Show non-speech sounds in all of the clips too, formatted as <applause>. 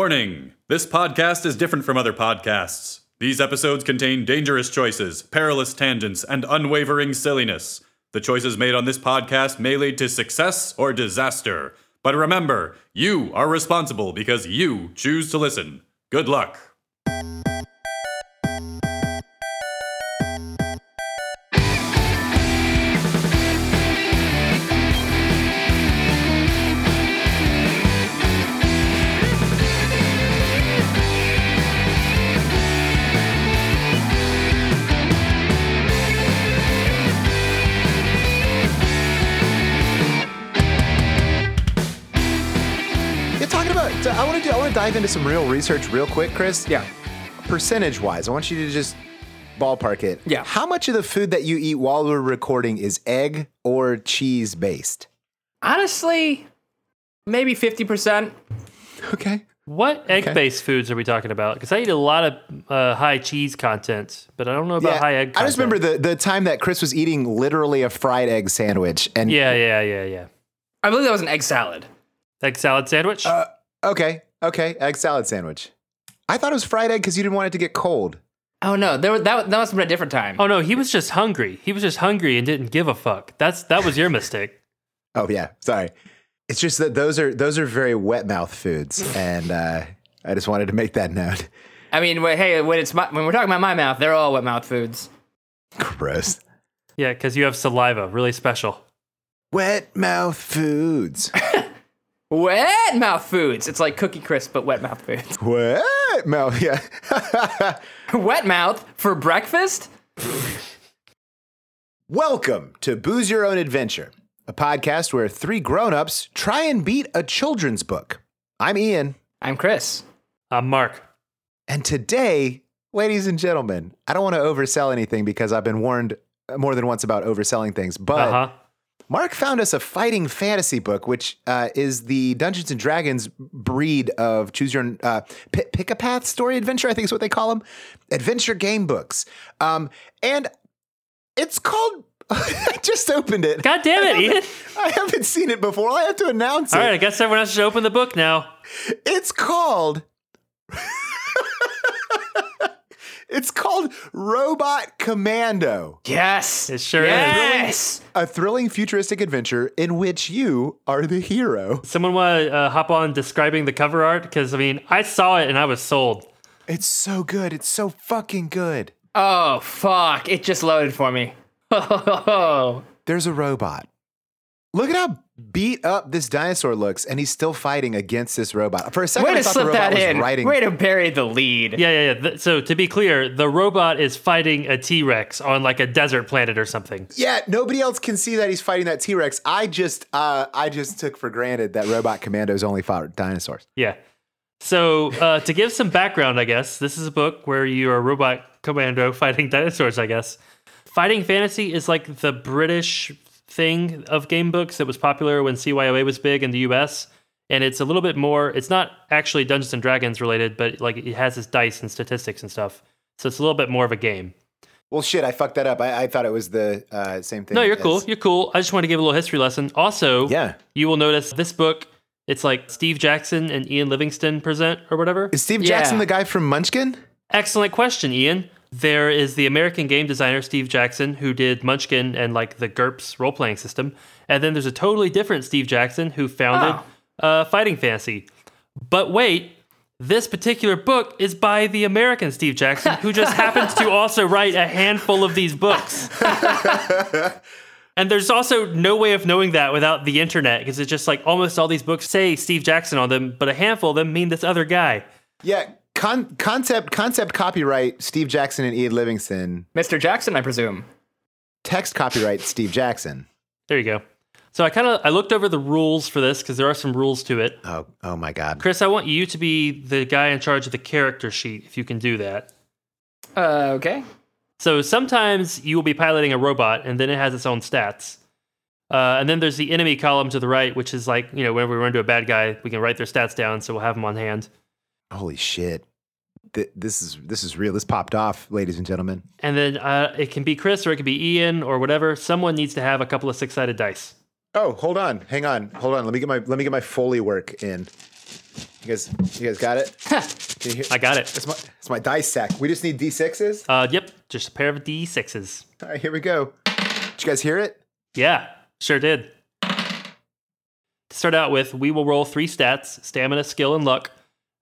Warning this podcast is different from other podcasts. These episodes contain dangerous choices, perilous tangents, and unwavering silliness. The choices made on this podcast may lead to success or disaster. But remember, you are responsible because you choose to listen. Good luck. Yeah, talking about. so I want to do. I want to dive into some real research real quick, Chris. Yeah. Percentage wise, I want you to just ballpark it. Yeah. How much of the food that you eat while we're recording is egg or cheese based? Honestly, maybe 50%. Okay. What egg-based foods are we talking about? Because I eat a lot of uh, high cheese content, but I don't know about high egg. I Content. just remember the the time that Chris was eating literally a fried egg sandwich, and yeah, yeah, yeah, yeah. I believe that was an egg salad. Egg salad sandwich. Uh, Okay. Okay. Egg salad sandwich. I thought it was fried egg because you didn't want it to get cold. Oh no, there was, that, that must have been a different time. oh no, he was just hungry. He was just hungry and didn't give a fuck. That's that was your mistake. <laughs> Oh yeah, sorry. It's just that those are those are very wet mouth foods, and uh, I just wanted to make that note. <laughs> I mean, wh- hey, when it's my, when we're talking about my mouth, they're all wet mouth foods. Gross. Yeah, because you have saliva, really special. Wet mouth foods. Wet mouth foods. It's like Cookie Crisp, but wet mouth <laughs> foods. <laughs> Wet mouth. Yeah. <laughs> wet mouth for breakfast? Welcome to Booze Your Own Adventure, a podcast where three grown-ups try and beat a children's book. I'm Ian, I'm Chris. I'm Mark. and today, ladies and gentlemen, I don't want to oversell anything because I've been warned more than once about overselling things, but Uh huh. Mark found us a fighting fantasy book, which uh, is the Dungeons and Dragons breed of choose your own, uh, pi- pick a path story adventure. I think is what they call them, adventure game books. Um, and it's called. <laughs> I just opened it. God damn it, Ian! <laughs> I haven't seen it before. I have to announce it. All right, I guess everyone else should open the book now. It's called. <laughs> it's called Robot Commando. Yes. It sure is. yes. A thrilling futuristic adventure in which you are the hero. Someone want to uh, hop on describing the cover art? Because I mean, I saw it and I was sold. It's so good. It's so fucking good. Oh fuck! It just loaded for me. <laughs> Oh, There's a robot. Look at how beat up this dinosaur looks, and he's still fighting against this robot. For a second, way I to thought the slip robot that was in. writing. Way to bury the lead. Yeah, yeah, yeah. Th- So to be clear, the robot is fighting a T Rex on like a desert planet or something. yeah, nobody else can see that he's fighting that T Rex. I just, uh, I just took for granted that Robot Commandos only fought dinosaurs. Yeah. So uh, to give some background, I guess this is a book where you are a robot commando <laughs> fighting dinosaurs. I guess fighting fantasy is like the British thing of game books that was popular when CYOA was big in the U.S. And it's a little bit more. It's not actually Dungeons and Dragons related, but like it has its dice and statistics and stuff. So it's a little bit more of a game. Well, shit, I fucked that up. I, I thought it was the uh, same thing. No, you're as- cool. You're cool. I just want to give a little history lesson. Also, Yeah. you will notice this book. It's like Steve Jackson and Ian Livingston present or whatever. Is Steve Yeah. Jackson the guy from Munchkin? Excellent question, Ian. There is the American game designer Steve Jackson who did Munchkin and like the GURPS role playing system, and then there's a totally different Steve Jackson who founded uh, Fighting Fantasy. But wait, this particular book is by the American Steve Jackson who just happens to also write a handful of these books. And there's also no way of knowing that without the internet because it's just like almost all these books say Steve Jackson on them, but a handful of them mean this other guy. Yeah. Con- concept, concept, copyright. Steve Jackson and Ian Livingston. Mr. Jackson, I presume. Text, copyright. Steve Jackson. There you go. So I kind of I looked over the rules for this because there are some rules to it. Oh, oh my God. Chris, I want you to be the guy in charge of the character sheet if you can do that. Uh, okay. So sometimes you will be piloting a robot and then it has its own stats. Uh, and then there's the enemy column to the right, which is like, you know, whenever we run into a bad guy, we can write their stats down so we'll have them on hand. Holy shit. Th- this is this is real. This popped off, ladies and gentlemen. And then uh, it can be Chris or it can be Ian or whatever. Someone needs to have a couple of six sided dice. Oh, hold on. Hang on. Hold on. Let me get my let me get my Foley work in. You guys, you guys got <laughs> it. Can you hear? I got it. It's my, it's my dice sack. We just need d6s. Uh, yep, just a pair of d6s. All right, here we go. Did you guys hear it? Yeah, sure did. To start out with, we will roll three stats stamina, skill, and luck.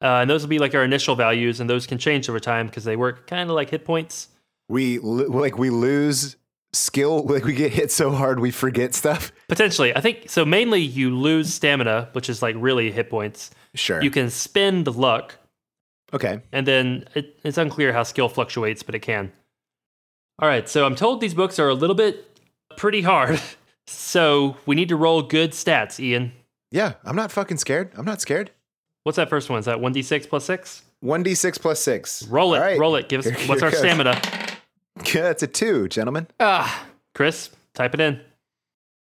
Uh, and those will be like our initial values, and those can change over time because they work kind of like hit points. We lo- like we lose skill. <laughs> Like we get hit so hard we forget stuff. Potentially, I think so. Mainly, you lose stamina, which is like really hit points. Sure. You can spend luck, okay. and then it, it's unclear how skill fluctuates, but it can. All right, so I'm told these books are a little bit pretty hard, <laughs> so we need to roll good stats, Ian. Yeah, I'm not fucking scared. I'm not scared. What's that first one? Is that 1d6 plus 6? One d6 plus six. Roll it, All right. roll it. Give us Here- what's here our goes. stamina? <laughs> That's a two, gentlemen. Ah, Chris, type it in.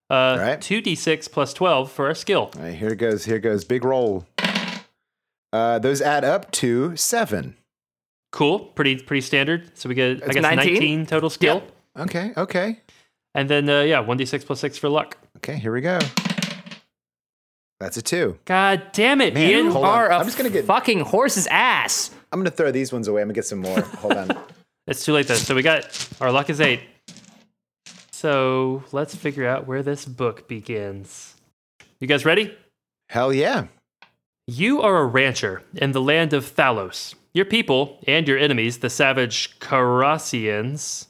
Uh, right. 2d6 plus 12 for our skill. All right, here it goes. Here it goes. Big roll. Uh, those add up to seven. Cool, pretty pretty standard. So we get I It's guess 19, 19? total skill, Yep. Okay, okay, and then uh, yeah, 1d6 plus 6 for luck. okay. Here we go. That's a two. God damn it, Man, Ian! hold on. are a I'm just gonna get. fucking horse's ass. I'm gonna throw these ones away. I'm gonna get some more. Hold on. <laughs> It's too late though. So we got our luck is eight. So let's figure out where this book begins. You guys ready? Hell yeah. You are a rancher in the land of Thalos. Your people and your enemies, the savage Carassians,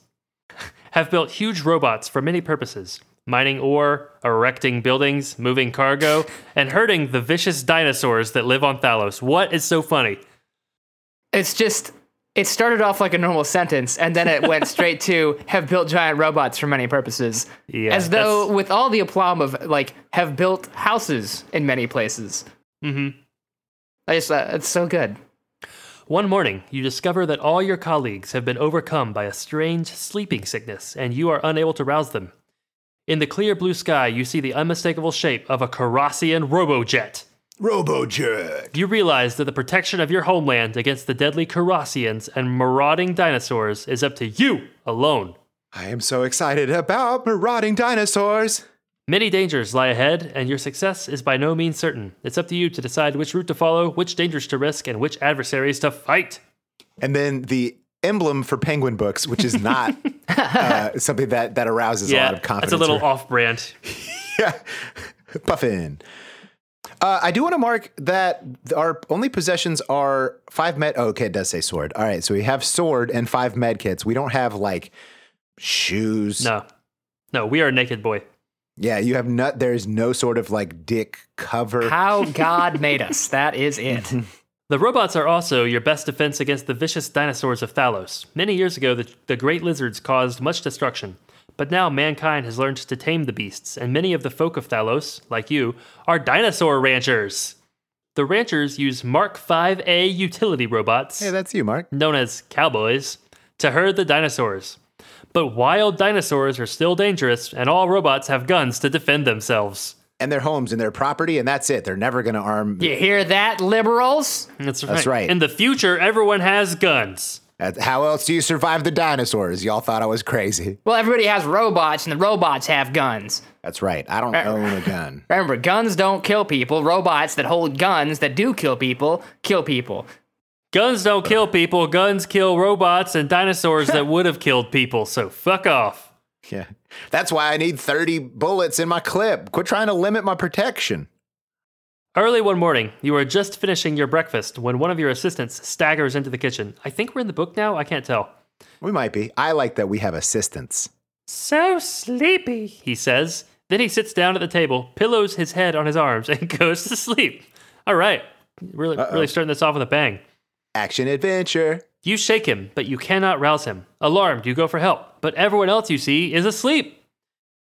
have built huge robots for many purposes mining ore, erecting buildings, moving cargo, and herding the vicious dinosaurs that live on Thalos. What is so funny? It's just it started off like a normal sentence and then it <laughs> went straight to have built giant robots for many purposes. Yeah, As though that's- with all the aplomb of like have built houses in many places. Mm hmm. Mm-hmm. I just uh, it's so good. One morning, you discover that all your colleagues have been overcome by a strange sleeping sickness, and you are unable to rouse them. In the clear blue sky, you see the unmistakable shape of a Carassian robojet. Robojet. You realize that the protection of your homeland against the deadly Carassians and marauding dinosaurs is up to you alone. I am so excited about marauding dinosaurs. Many dangers lie ahead, and your success is by no means certain. It's up to you to decide which route to follow, which dangers to risk, and which adversaries to fight. And then the emblem for penguin books, which is <laughs> not uh, something that that arouses a lot of confidence. that's a little or- off brand. <laughs> yeah. <laughs> Puffin. Uh, I do want to mark that our only possessions are five med. Oh, okay, it does say sword. All right, so we have sword and five med kits. We don't have like shoes. No. No, we are a naked boy. Yeah, you have not. There is no sort of like dick cover. <laughs> How God made us. That is it. Mm-hmm. The robots are also your best defense against the vicious dinosaurs of Thalos. Many years ago, the, the great lizards caused much destruction, but now mankind has learned to tame the beasts, and many of the folk of Thalos, like you, are dinosaur ranchers. The ranchers use Mark 5A utility robots, hey, that's you, Mark. known as cowboys, to herd the dinosaurs. But wild dinosaurs are still dangerous, and all robots have guns to defend themselves. And their homes and their property, and that's it. They're never going to arm. You hear that, liberals? That's right. right. In the future, everyone has guns. That's- How else do you survive the dinosaurs? Y'all thought I was crazy. Well, everybody has robots and the robots have guns. That's right. I don't own a gun. <laughs> Remember, guns don't kill people. Robots that hold guns that do kill people kill people. Guns don't kill people, guns kill robots and dinosaurs <laughs> that would have killed people, so fuck off. Yeah. That's why I need 30 bullets in my clip. Quit trying to limit my protection. Early one morning, you were just finishing your breakfast when one of your assistants staggers into the kitchen. I think we're in the book now, I can't tell. We might be. I like that we have assistants. So sleepy, he says. Then he sits down at the table, pillows his head on his arms, and <laughs> goes to sleep. All right, really, really starting this off with a bang. Action adventure. You shake him, but you cannot rouse him. Alarmed, you go for help, but everyone else you see is asleep.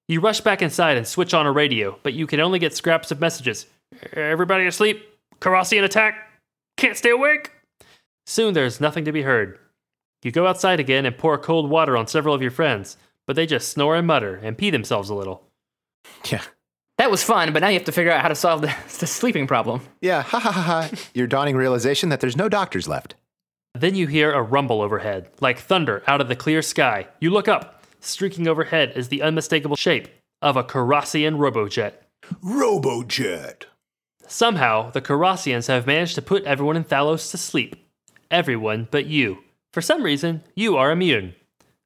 You rush back inside and switch on a radio, but you can only get scraps of messages. Everybody asleep. Carassian attack. Can't stay awake. Soon there's nothing to be heard. You go outside again and pour cold water on several of your friends, but they just snore and mutter and pee themselves a little. Yeah. That was fun, but now you have to figure out how to solve the, <laughs> the sleeping problem. Yeah. Ha ha ha ha. <laughs> Your dawning realization that there's no doctors left. Then you hear a rumble overhead, like thunder out of the clear sky. You look up. Streaking overhead is the unmistakable shape of a Carassian robojet. Robojet. Somehow, the Carassians have managed to put everyone in Thalos to sleep. Everyone but you. For some reason, you are immune.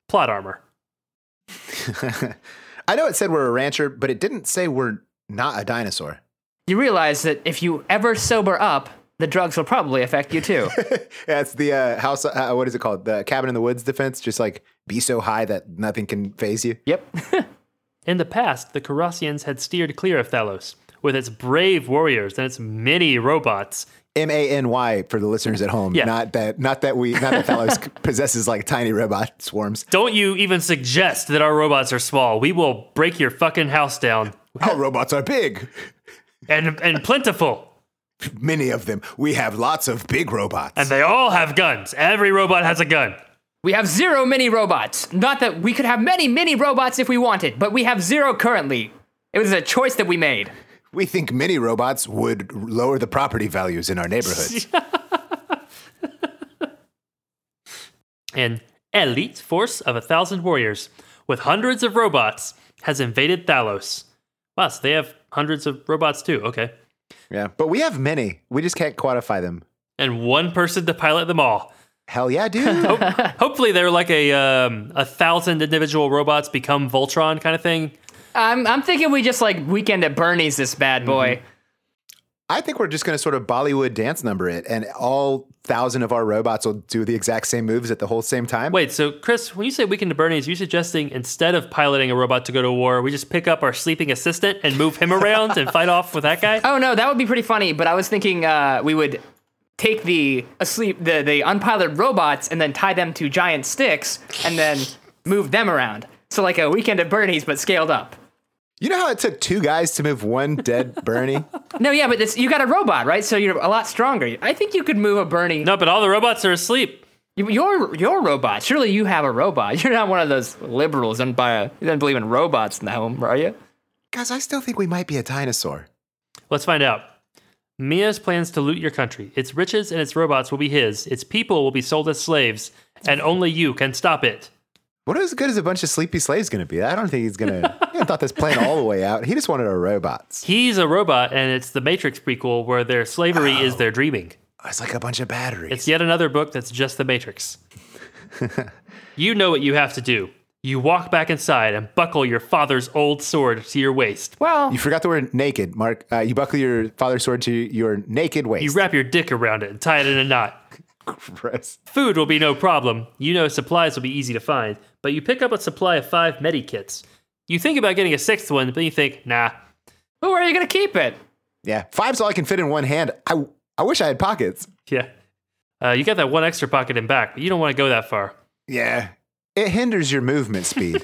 Plot armor. I know it said we're a rancher, but it didn't say we're not a dinosaur. You realize that if you ever sober up, the drugs will probably affect you too. That's the uh, house. Uh, what is it called? The cabin in the woods defense. Just like be so high that nothing can phase you. yep. <laughs> In the past, the Carassians had steered clear of Thalos, with its brave warriors and its many robots. M A N Y for the listeners at home. Yeah. Not that. Not that we. Not that Thalos possesses like tiny robot swarms. Don't you even suggest that our robots are small. We will break your fucking house down. Our robots are big. And and plentiful. Many of them. We have lots of big robots. And they all have guns. Every robot has a gun. we have zero mini robots. Not that we could have many mini robots if we wanted, but we have zero currently. It was a choice that we made. we think many robots would lower the property values in our <laughs> neighborhoods. An elite force of a thousand warriors with hundreds of robots has invaded Thalos. Wow, so they have hundreds of robots too. Okay. yeah. But we have many. We just can't quantify them. And one person to pilot them all. Hell yeah, <laughs> dude. Hopefully, they're like a um, a thousand individual robots become Voltron kind of thing. I'm, I'm thinking we just like weekend at Bernie's this bad boy. I think we're just going to sort of Bollywood dance number it, and all thousand of our robots will do the exact same moves at the whole same time. Wait, so Chris, when you say weekend to Bernie's, you suggesting instead of piloting a robot to go to war, we just pick up our sleeping assistant and move him around and fight off with that guy? Oh no, that would be pretty funny. But I was thinking uh, we would take the asleep the the unpiloted robots and then tie them to giant sticks and then move them around. So like a weekend at Bernie's, but scaled up. You know how it took two guys to move one dead <laughs> Bernie? No, yeah, but this, you got a robot, right? So you're a lot stronger. I think you could move a Bernie. No, but all the robots are asleep. You- Your your robot. Surely you have a robot. <laughs> You're not one of those liberals and by you don't believe in robots in the home, are you? Guys, I still think we might be a dinosaur. Let's find out. Mia's plans to loot your country. Its riches and its robots will be his. Its people will be sold as slaves, and only you can stop it. What as good as a bunch of sleepy slaves going to be? I don't think he's going <laughs> to. He hadn't thought this plan all the way out. He just wanted our robots. He's a robot, and it's the Matrix prequel where their slavery is their dreaming. It's like a bunch of batteries. It's yet another book that's just the Matrix. you know what you have to do. You walk back inside and buckle your father's old sword to your waist. Well, you forgot the word naked, Mark. Uh, you buckle your father's sword to your naked waist. You wrap your dick around it and tie it in a knot. <laughs> Gross. Food will be no problem. You know supplies will be easy to find, but you pick up a supply of five medikits. You think about getting a sixth one, but you think, nah. <laughs> who are you gonna keep it? Yeah, five's all I can fit in one hand. I I wish I had pockets. Yeah. Uh, you got that one extra pocket in back, but you don't want to go that far. Yeah, it hinders your movement speed.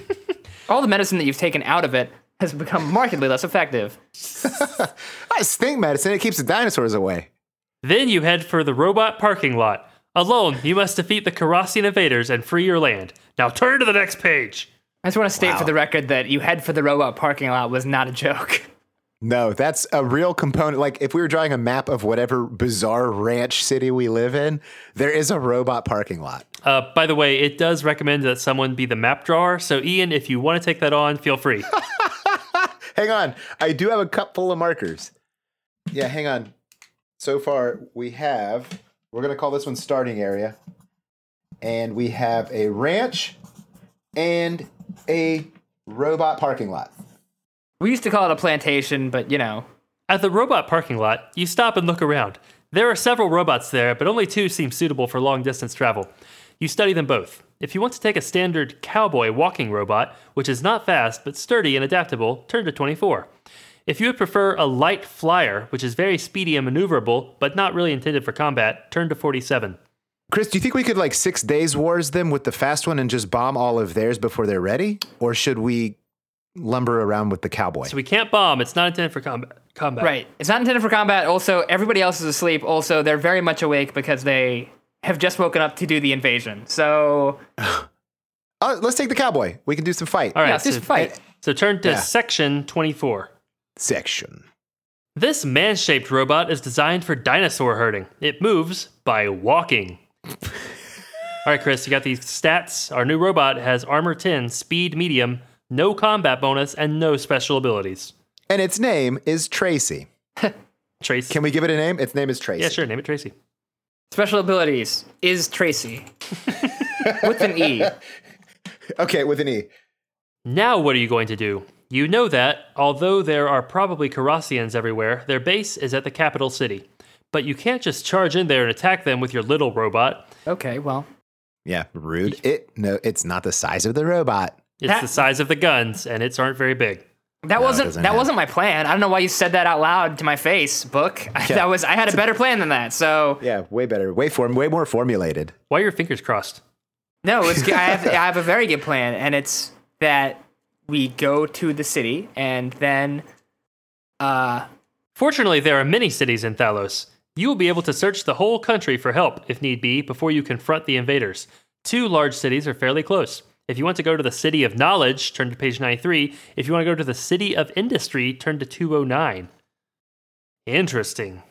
All the medicine that you've taken out of it has become markedly less effective. I stink medicine. It keeps the dinosaurs away. Then you head for the robot parking lot. Alone, you must defeat the Carassian invaders and free your land. Now turn to the next page. I just want to state Wow. for the record that you head for the robot parking lot was not a joke. <laughs> No, that's a real component. Like if we were drawing a map of whatever bizarre ranch city we live in, there is a robot parking lot. Uh, by the way, it does recommend that someone be the map drawer. So, Ian, if you want to take that on, feel free. Hang on, I do have a cup full of markers. Yeah, hang on. So far we have. We're gonna call this one starting area, and we have a ranch and a robot parking lot. We used to call it a plantation, but you know, At the robot parking lot, you stop and look around. There are several robots there, but only two seem suitable for long distance travel. You study them both. If you want to take a standard cowboy walking robot, which is not fast but sturdy and adaptable, turn to 24. If you would prefer a light flyer, which is very speedy and maneuverable but not really intended for combat, turn to 47. Chris, do you think we could like six days wars them with the fast one and just bomb all of theirs before they're ready? Or should we lumber around with the cowboy? So we can't bomb, it's not intended for combat. combat. right. It's not intended for combat. Also, everybody else is asleep. Also, they're very much awake because they have just woken up to do the invasion. So, Oh, let's take the cowboy. We can do some fight. All right, yeah, just so, fight. so turn to Yeah. section 24. Section. This man shaped robot is designed for dinosaur herding. It moves by walking. All right, Chris, you got these stats. Our new robot has armor 10, speed medium, no combat bonus, and no special abilities. And its name is Tracy. Trace. Can we give it a name? Its name is Trace. yeah, sure. Name it Tracy. Special abilities is Tracy <laughs> with an E. Okay, with an E. Now, what are you going to do? You know that, although there are probably Carassians everywhere, their base is at the capital city. But you can't just charge in there and attack them with your little robot. Okay, well, Yeah, rude. It no, it's not the size of the robot. It's That- the size of the guns, and its aren't very big. that wasn't doesn't that have- wasn't my plan. I don't know why you said that out loud to my face, book. <laughs> that was I had a better plan than that. So Yeah, way better, way form, way more formulated. Why are your fingers crossed? no, it's, I have I have a very good plan, and it's that we go to the city and then uh Fortunately, there are many cities in Thalos. You will be able to search the whole country for help, if need be, before you confront the invaders. Two large cities are fairly close. If you want to go to the City of Knowledge, turn to page 93. If you want to go to the City of Industry, turn to 209. Interesting.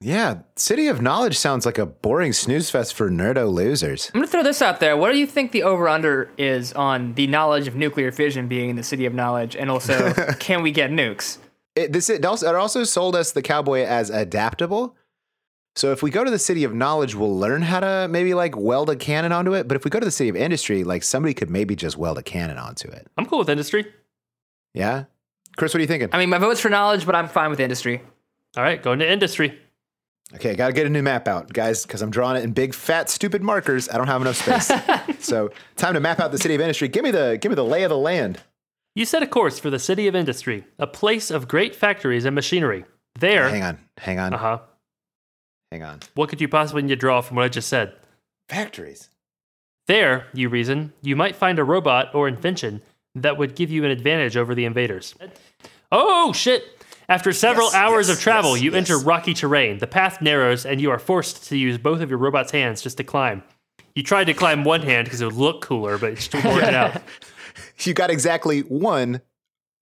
Yeah, City of Knowledge sounds like a boring snooze fest for nerdo losers. I'm gonna throw this out there. What do you think the over under is on the knowledge of nuclear fission being in the city of knowledge, and also can we get nukes? It, this it also, it also sold us the cowboy as adaptable. So if we go to the City of Knowledge, we'll learn how to maybe like weld a cannon onto it. But if we go to the City of Industry, like somebody could maybe just weld a cannon onto it. I'm cool with industry. Yeah, Chris, what are you thinking? I mean, my vote's for knowledge, but I'm fine with industry. All right, going to industry. Okay, gotta get a new map out, guys, because I'm drawing it in big, fat, stupid markers. I don't have enough space. so time to map out the city of industry. Give me the give me the lay of the land. You set a course for the City of Industry, a place of great factories and machinery. There. Hang on, hang on, Uh huh. hang on. What could you possibly need to draw from what I just said? Factories. There, you reason, you might find a robot or invention that would give you an advantage over the invaders. Oh, shit! After several Yes, hours yes, of travel, yes, you yes. enter rocky terrain. The path narrows, and you are forced to use both of your robot's hands just to climb. You tried to climb one hand because it would look cooler, but it just didn't work <laughs> it out. You got exactly one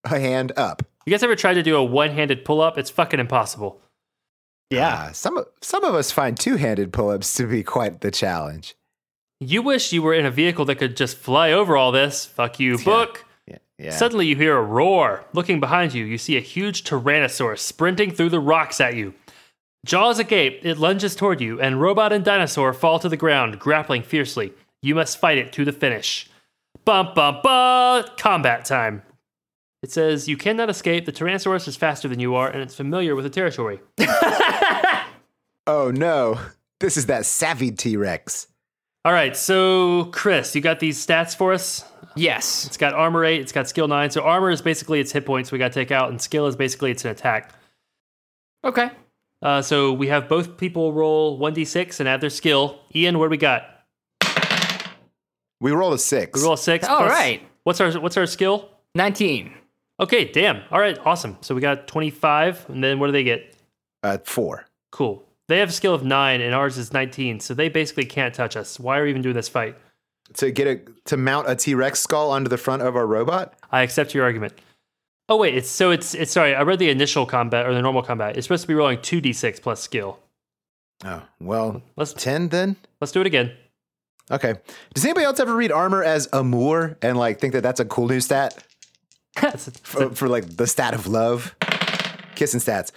hand up. You guys ever tried to do a one handed pull up? It's fucking impossible. Uh, some of- some of us find two handed pull ups to be quite the challenge. You wish you were in a vehicle that could just fly over all this. Fuck you, book. Yeah. yeah. Suddenly, you hear a roar. Looking behind you, you see a huge tyrannosaurus sprinting through the rocks at you. Jaws agape, it lunges toward you, and robot and dinosaur fall to the ground, grappling fiercely. You must fight it to the finish. Bum bum bum! Combat time. It says you cannot escape. The tyrannosaurus is faster than you are, and it's familiar with the territory. oh no, this is that savvy T Rex. All right, so Chris, you got these stats for us. Yes. It's got armor eight. It's got skill nine. So armor is basically its hit points we got to take out, and skill is basically it's an attack. Okay. Uh, so we have both people roll 1d6 and add their skill. Ian, what do we got? We rolled a six. We roll a six. All plus- right. What's our what's our skill? 19. Okay, damn. All right, awesome. So we got 25, and then what do they get? uh, four. Cool. They have a skill of nine, and ours is 19, so they basically can't touch us. Why are we even doing this fight? To get a to mount a T Rex skull onto the front of our robot. I accept your argument. Oh wait, it's so it's it's sorry. I read the initial combat or the normal combat. It's supposed to be rolling 2d6 plus skill. Oh well, Let's 10 then? let's do <laughs> it again. Okay. Does anybody else ever read armor as amour and like think that that's a cool new stat That's a- for, for like the stat of love? Kissing stats.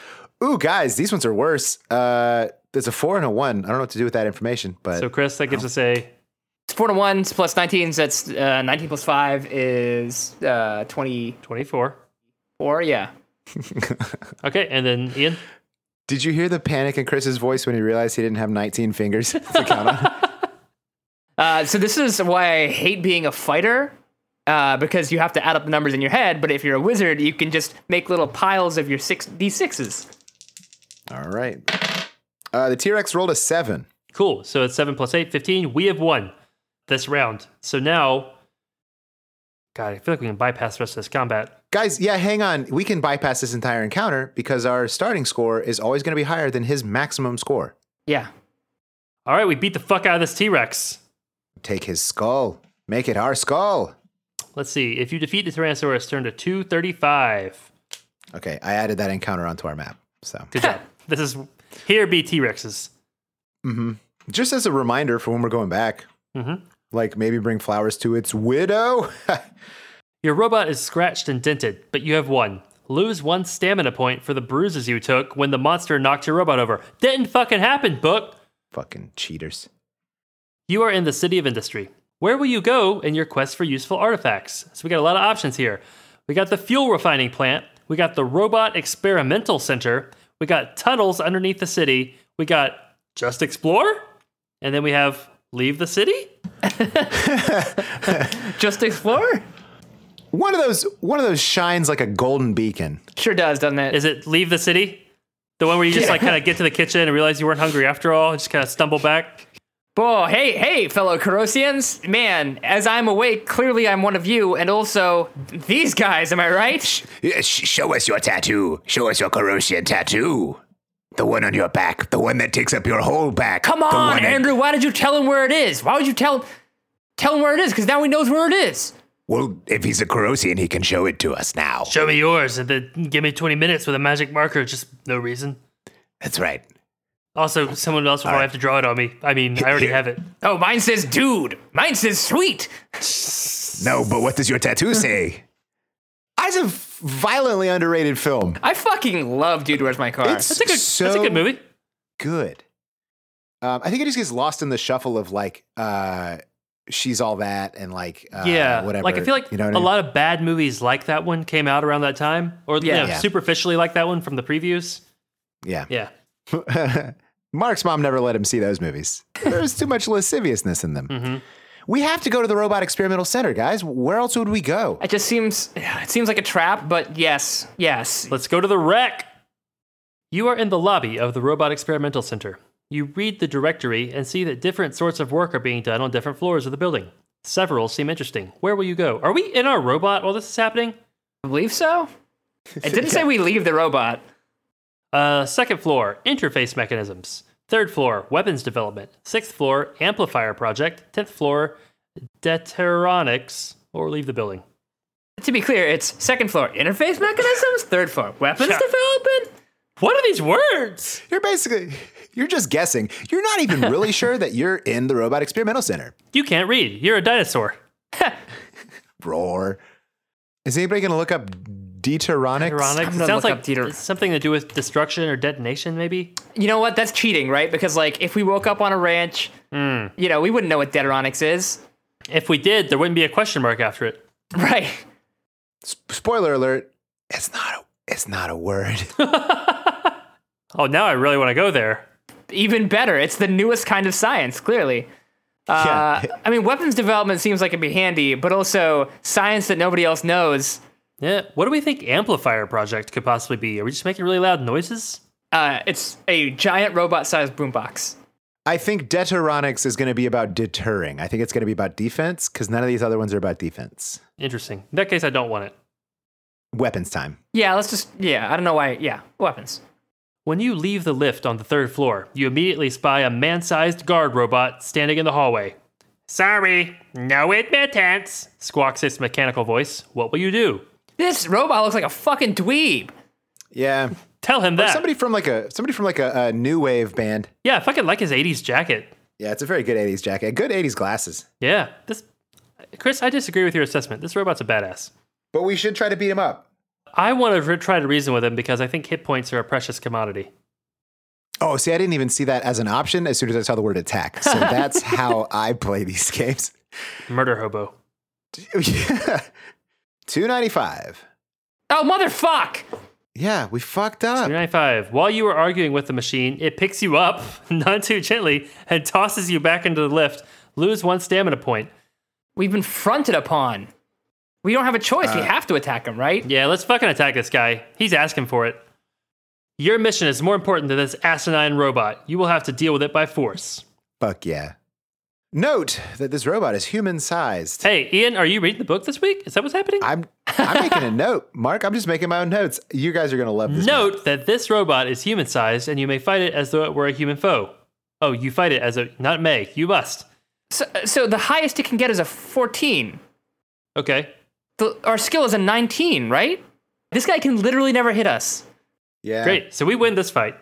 Ooh, guys, these ones are worse. Uh, there's a four and a one. I don't know what to do with that information, but so Chris, that gives us a It's 4 to 1 plus 19, so that's uh, 19 plus 5 is uh, 24. 24. Yeah. Okay, and then Ian. did you hear the panic in Chris's voice when he realized he didn't have 19 fingers <laughs> to count on? <laughs> Uh, so this is why I hate being a fighter. Uh, because you have to add up the numbers in your head, but if you're a wizard, you can just make little piles of your six d6s. All right. Uh, the T Rex rolled a seven. Cool. So it's 7 plus 8, 15. We have won this round. So now, God, I feel like we can bypass the rest of this combat. Guys, yeah, hang on. We can bypass this entire encounter because our starting score is always going to be higher than his maximum score. Yeah. All right, we beat the fuck out of this T Rex. Take his skull, make it our skull. Let's see. If you defeat the Tyrannosaurus, turn to 235. Okay, I added that encounter onto our map. So, Good job. this is here be T Rexes. just as a reminder for when we're going back, Mhm. like maybe bring flowers to its widow. <laughs> Your robot is scratched and dented, but you have won. Lose one stamina point for the bruises you took when the monster knocked your robot over. Didn't fucking happen, book. Fucking cheaters. You are in the city of industry. Where will you go in your quest for useful artifacts? So we got a lot of options here. We got the fuel refining plant. We got the robot experimental center. We got tunnels underneath the city. We got just explore. And then we have leave the city. Just explore? One of those one of those shines like a golden beacon. Sure does, doesn't it? Is it leave the city? The one where you just like kind of get to the kitchen and realize you weren't hungry after all, and just kind of stumble back. Boy, hey, hey, fellow Corosians. Man, as I'm awake, clearly I'm one of you, and also these guys, am I right? Show us your tattoo. Show us your corrosion tattoo. The one on your back. The one that takes up your whole back. Come on, Andrew, why did you tell him where it is? Why would you tell tell him where it is? Because now he knows where it is. Well, if he's a corrosion, he can show it to us now. Show me yours, and then give me 20 minutes with a magic marker. Just no reason. That's right. Also, someone else will probably have to draw it on me. I mean, I already have it. Oh, mine says dude. Mine says sweet. No, but what does your <laughs> tattoo say? Eyes of violently underrated film. I fucking love Dude Where's My Car. It's That's a good, so that's a good movie. good. Um, I think it just gets lost in the shuffle of like uh, she's all that and like uh, yeah, whatever. Like I feel like you know a what I mean? lot of bad movies like that one came out around that time, or you Yeah. know, Yeah. superficially like that one from the previews. Yeah. Yeah, <laughs> Mark's mom never let him see those movies. There's too much lasciviousness in them. Mhm. We have to go to the Robot Experimental Center, guys. Where else would we go? It just seems it seems like a trap, but yes, yes. Let's go to the wreck. You are in the lobby of the Robot Experimental Center. You read the directory and see that different sorts of work are being done on different floors of the building. Several seem interesting. Where will you go? Are we in our robot while this is happening? I believe so. It didn't say we leave the robot. Uh, second floor, interface mechanisms. Third floor, weapons development. Sixth floor, amplifier project. Tenth floor, deuteronics. Or leave the building. To be clear, it's second floor interface mechanisms, third floor weapons Yeah. development. What are these words? You're basically <laughs> you're just guessing. You're not even <laughs> really sure that you're in the Robot Experimental Center. You can't read. You're a dinosaur. Roar. Is anybody going to look up deuteronics? Ironic. I'm It gonna sounds look like up deuter- it's something to do with destruction or detonation, maybe. You know what? That's cheating, right? Because like if we woke up on a ranch, you know, we wouldn't know what deuteronics is. <laughs> If we did, there wouldn't be a question mark after it. Right. S- spoiler alert. It's not a it's not a word. Oh, now I really want to go there. Even better, it's the newest kind of science, clearly. Uh, yeah. I mean, weapons development seems like it'd be handy, but also science that nobody else knows. Yeah. What do we think amplifier project could possibly be? Are we just making really loud noises? Uh, it's a giant robot-sized boombox. I think deuteronics is going to be about deterring. I think it's going to be about defense because none of these other ones are about defense. Interesting. In that case, I don't want it. Weapons time. Yeah, let's just yeah. I don't know why. Yeah, weapons. When you leave the lift on the third floor, you immediately spy a man sized guard robot standing in the hallway. Sorry, no admittance, squawks its mechanical voice. What will you do? This robot looks like a fucking dweeb. Yeah, Tell him that. somebody from like a somebody from like a, a new wave band. yeah, I fucking like his 80s jacket. Yeah, it's a very good '80s jacket. Good '80s glasses. Yeah, this. Chris, I disagree with your assessment. This robot's a badass. But we should try to beat him up. I want to re- try to reason with him because I think hit points are a precious commodity. Oh, see, I didn't even see that as an option as soon as I saw the word attack. So that's how I play these games. <laughs> Murder hobo. Two ninety five. Oh motherfuck! Yeah, we fucked up. 95. While you were arguing with the machine, it picks you up, <laughs> none too gently, and tosses you back into the lift. Lose one stamina point. We've been fronted upon. We don't have a choice. we have to attack him, right? Uh, Yeah, let's fucking attack this guy. He's asking for it. Your mission is more important than this asinine robot. You will have to deal with it by force. Fuck yeah. Note that this robot is human sized. Hey, Ian, are you reading the book this week? Is that what's happening? I'm I'm making <laughs> a note, Mark. I'm just making my own notes. You guys are gonna love this. map. Note that this robot is human sized and you may fight it as though it were a human foe. Oh, you fight it as a. Not may. You must. So, so the highest it can get is a 14. Okay. The, our skill is a 19, right? This guy can literally never hit us. Yeah. Great. So we win this <laughs> fight.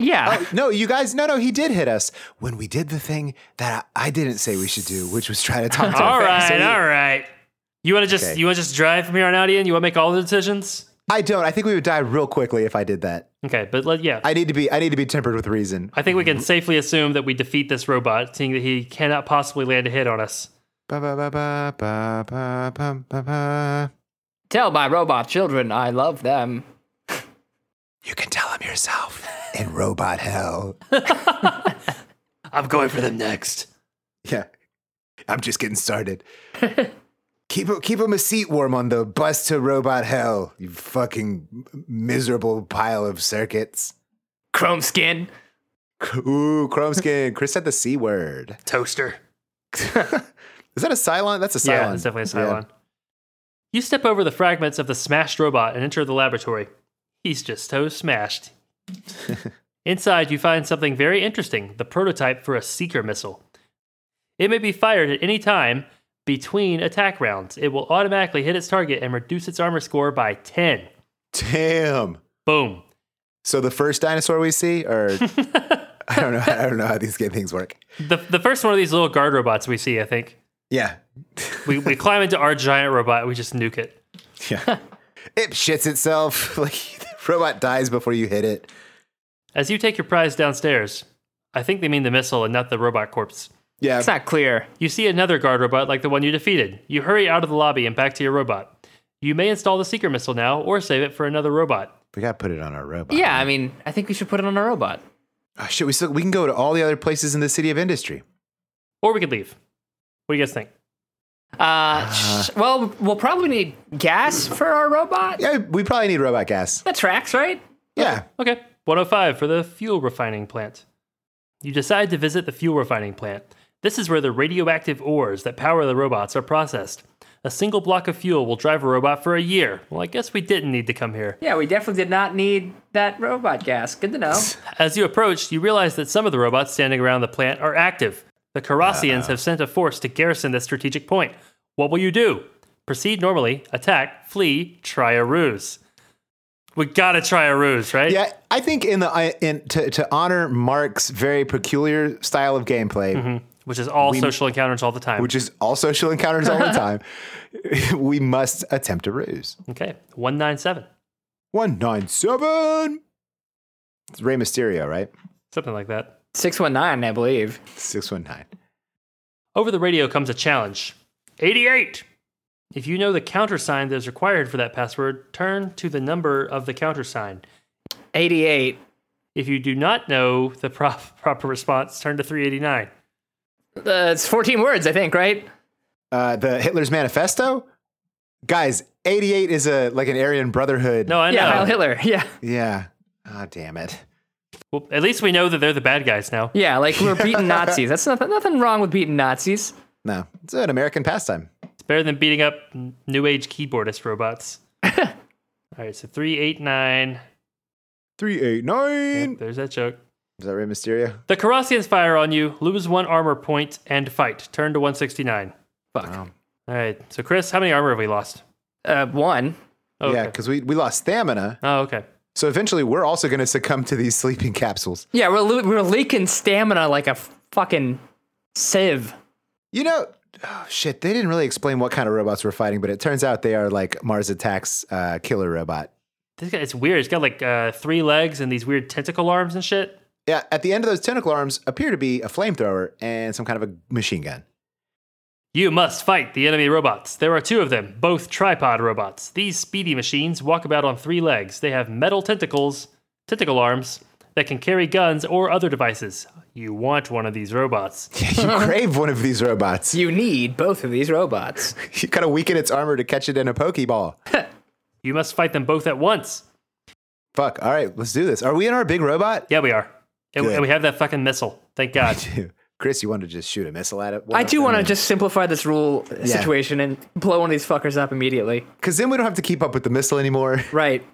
Yeah. Oh, no, you guys, no, no, he did hit us when we did the thing that I, I didn't say we should do, which was try to talk to <laughs> him. all right, So we- all right. You want to just Okay. you want to just drive from here on out, Ian? You want to make all the decisions? I don't. I think we would die real quickly if I did that. Okay, but let, yeah, I, I need to be I need to be tempered with reason. think we can safely assume that we defeat this robot, seeing that he cannot possibly land a hit on us. Ba, ba, ba, ba, ba, ba, ba, ba, ba. Tell my robot children I love them. You can tell him yourself in robot hell. I'm going for them next. Yeah. I'm just getting <laughs> started. keep a- keep him a seat warm on the bus to robot hell. You fucking miserable pile of circuits. Chrome skin. Ooh, chrome <laughs> skin. Chris said the c word. Toaster. Is that a Cylon? That's a Cylon. Yeah, it's definitely a Cylon. You step over the fragments of the smashed robot and enter the laboratory. He's just so smashed. Inside, you find something very interesting the prototype for a seeker missile. It may be fired at any time between attack rounds. It will automatically hit its target and reduce its armor score by 10. Damn. Boom. So the first dinosaur we see, <laughs> or I don't know, I don't know how these game things work. The, the first one of these little guard robots we see, I think. Yeah, We, we climb into our giant robot, we just nuke it. yeah. <laughs> it shits itself. <laughs> like the robot dies before you hit it. As you take your prize downstairs, I think they mean the missile and not the robot corpse. Yeah, It's not clear. You see another guard robot like the one you defeated. You hurry out of the lobby and back to your robot. You may install the seeker missile now or save it for another robot. we gotta put it on our robot. Yeah, I mean, I think we should put it on a robot. Oh, shit, we still we can go to all the other places in the city of industry. Or we could leave. What do you guys think? Uh, sh- well, we'll probably need gas for our robot. Yeah, we probably need robot gas. That tracks, right? Yeah, Okay, 105 for the fuel refining plant. You decide to visit the fuel refining plant. This is where the radioactive ores that power the robots are processed. A single block of fuel will drive a robot for a year. Well, I guess we didn't need to come here. Yeah, we definitely did not need that robot gas. Good to <laughs> know. As you approach, you realize that some of the robots standing around the plant are active. The Uh-huh. Carassians have sent a force to garrison this strategic point. What will you do? Proceed normally, attack, flee, try a ruse. We gotta try a ruse, right? yeah. I think in the I- in to, to honor Mark's very peculiar style of gameplay, Which is all social encounters all the time. which is all social encounters <laughs> all the time, we must attempt a ruse. okay, 197. One nine seven. It's Rey Mysterio, right? Something like that. 619, I believe. Six one nine. Over the radio comes a challenge 88. If you know the countersign that is required for that password, turn to the number of the countersign. 88. If you do not know the <laughs> prop- proper response, turn to 389. Uh, it's 14 words, I think, right? Uh, the Hitler's Manifesto, guys. Eighty eight is a like an Aryan Brotherhood. No, I know. Yeah, Heil Hitler. <laughs> Yeah. Yeah. Ah, damn it. well, at least we know that they're the bad guys now. Yeah, like we're beating Nazis. That's nothing, nothing wrong with beating Nazis. No, it's an American pastime. It's better than beating up n- new age keyboardist robots. All right, so 389. Three eight nine. There's that joke. Is that Rey Mysterio? The Carassians fire on you, lose one armor point, and fight. Turn to 169. Fuck. All right, so Chris, how many armor have we lost? Uh, one. Oh, Yeah, okay. because we, we lost stamina. Oh, okay. So eventually we're also going to succumb to these <laughs> sleeping capsules. Yeah, we're, lo- we're leaking stamina like a fucking sieve. You know, oh, shit, they didn't really explain what kind of robots we're fighting, but it turns out they are like Mars Attacks uh, killer robot. This guy, it's weird. It's got like uh, three legs and these weird tentacle arms and shit. Yeah, at the end of those tentacle arms appear to be a flamethrower and some kind of a machine gun. <laughs> You must fight the enemy robots. There are two of them, both tripod robots. These speedy machines walk about on three legs. They have metal tentacles, tentacle arms, that can carry guns or other devices. You want one of these robots. you crave one of these robots. You need both of these robots. You gotta weaken its armor to catch it in a Pokeball. You must fight them both at once. Fuck, all right, let's do this. Are we in our big robot? <laughs> Yeah, we are. And, Good. and we have that fucking missile. Thank God. Chris, you want to just shoot a missile at it? <laughs> I do want to just simplify this rule situation and blow one of these fuckers up immediately. Because then we don't have to keep up with the missile anymore. <laughs> Right.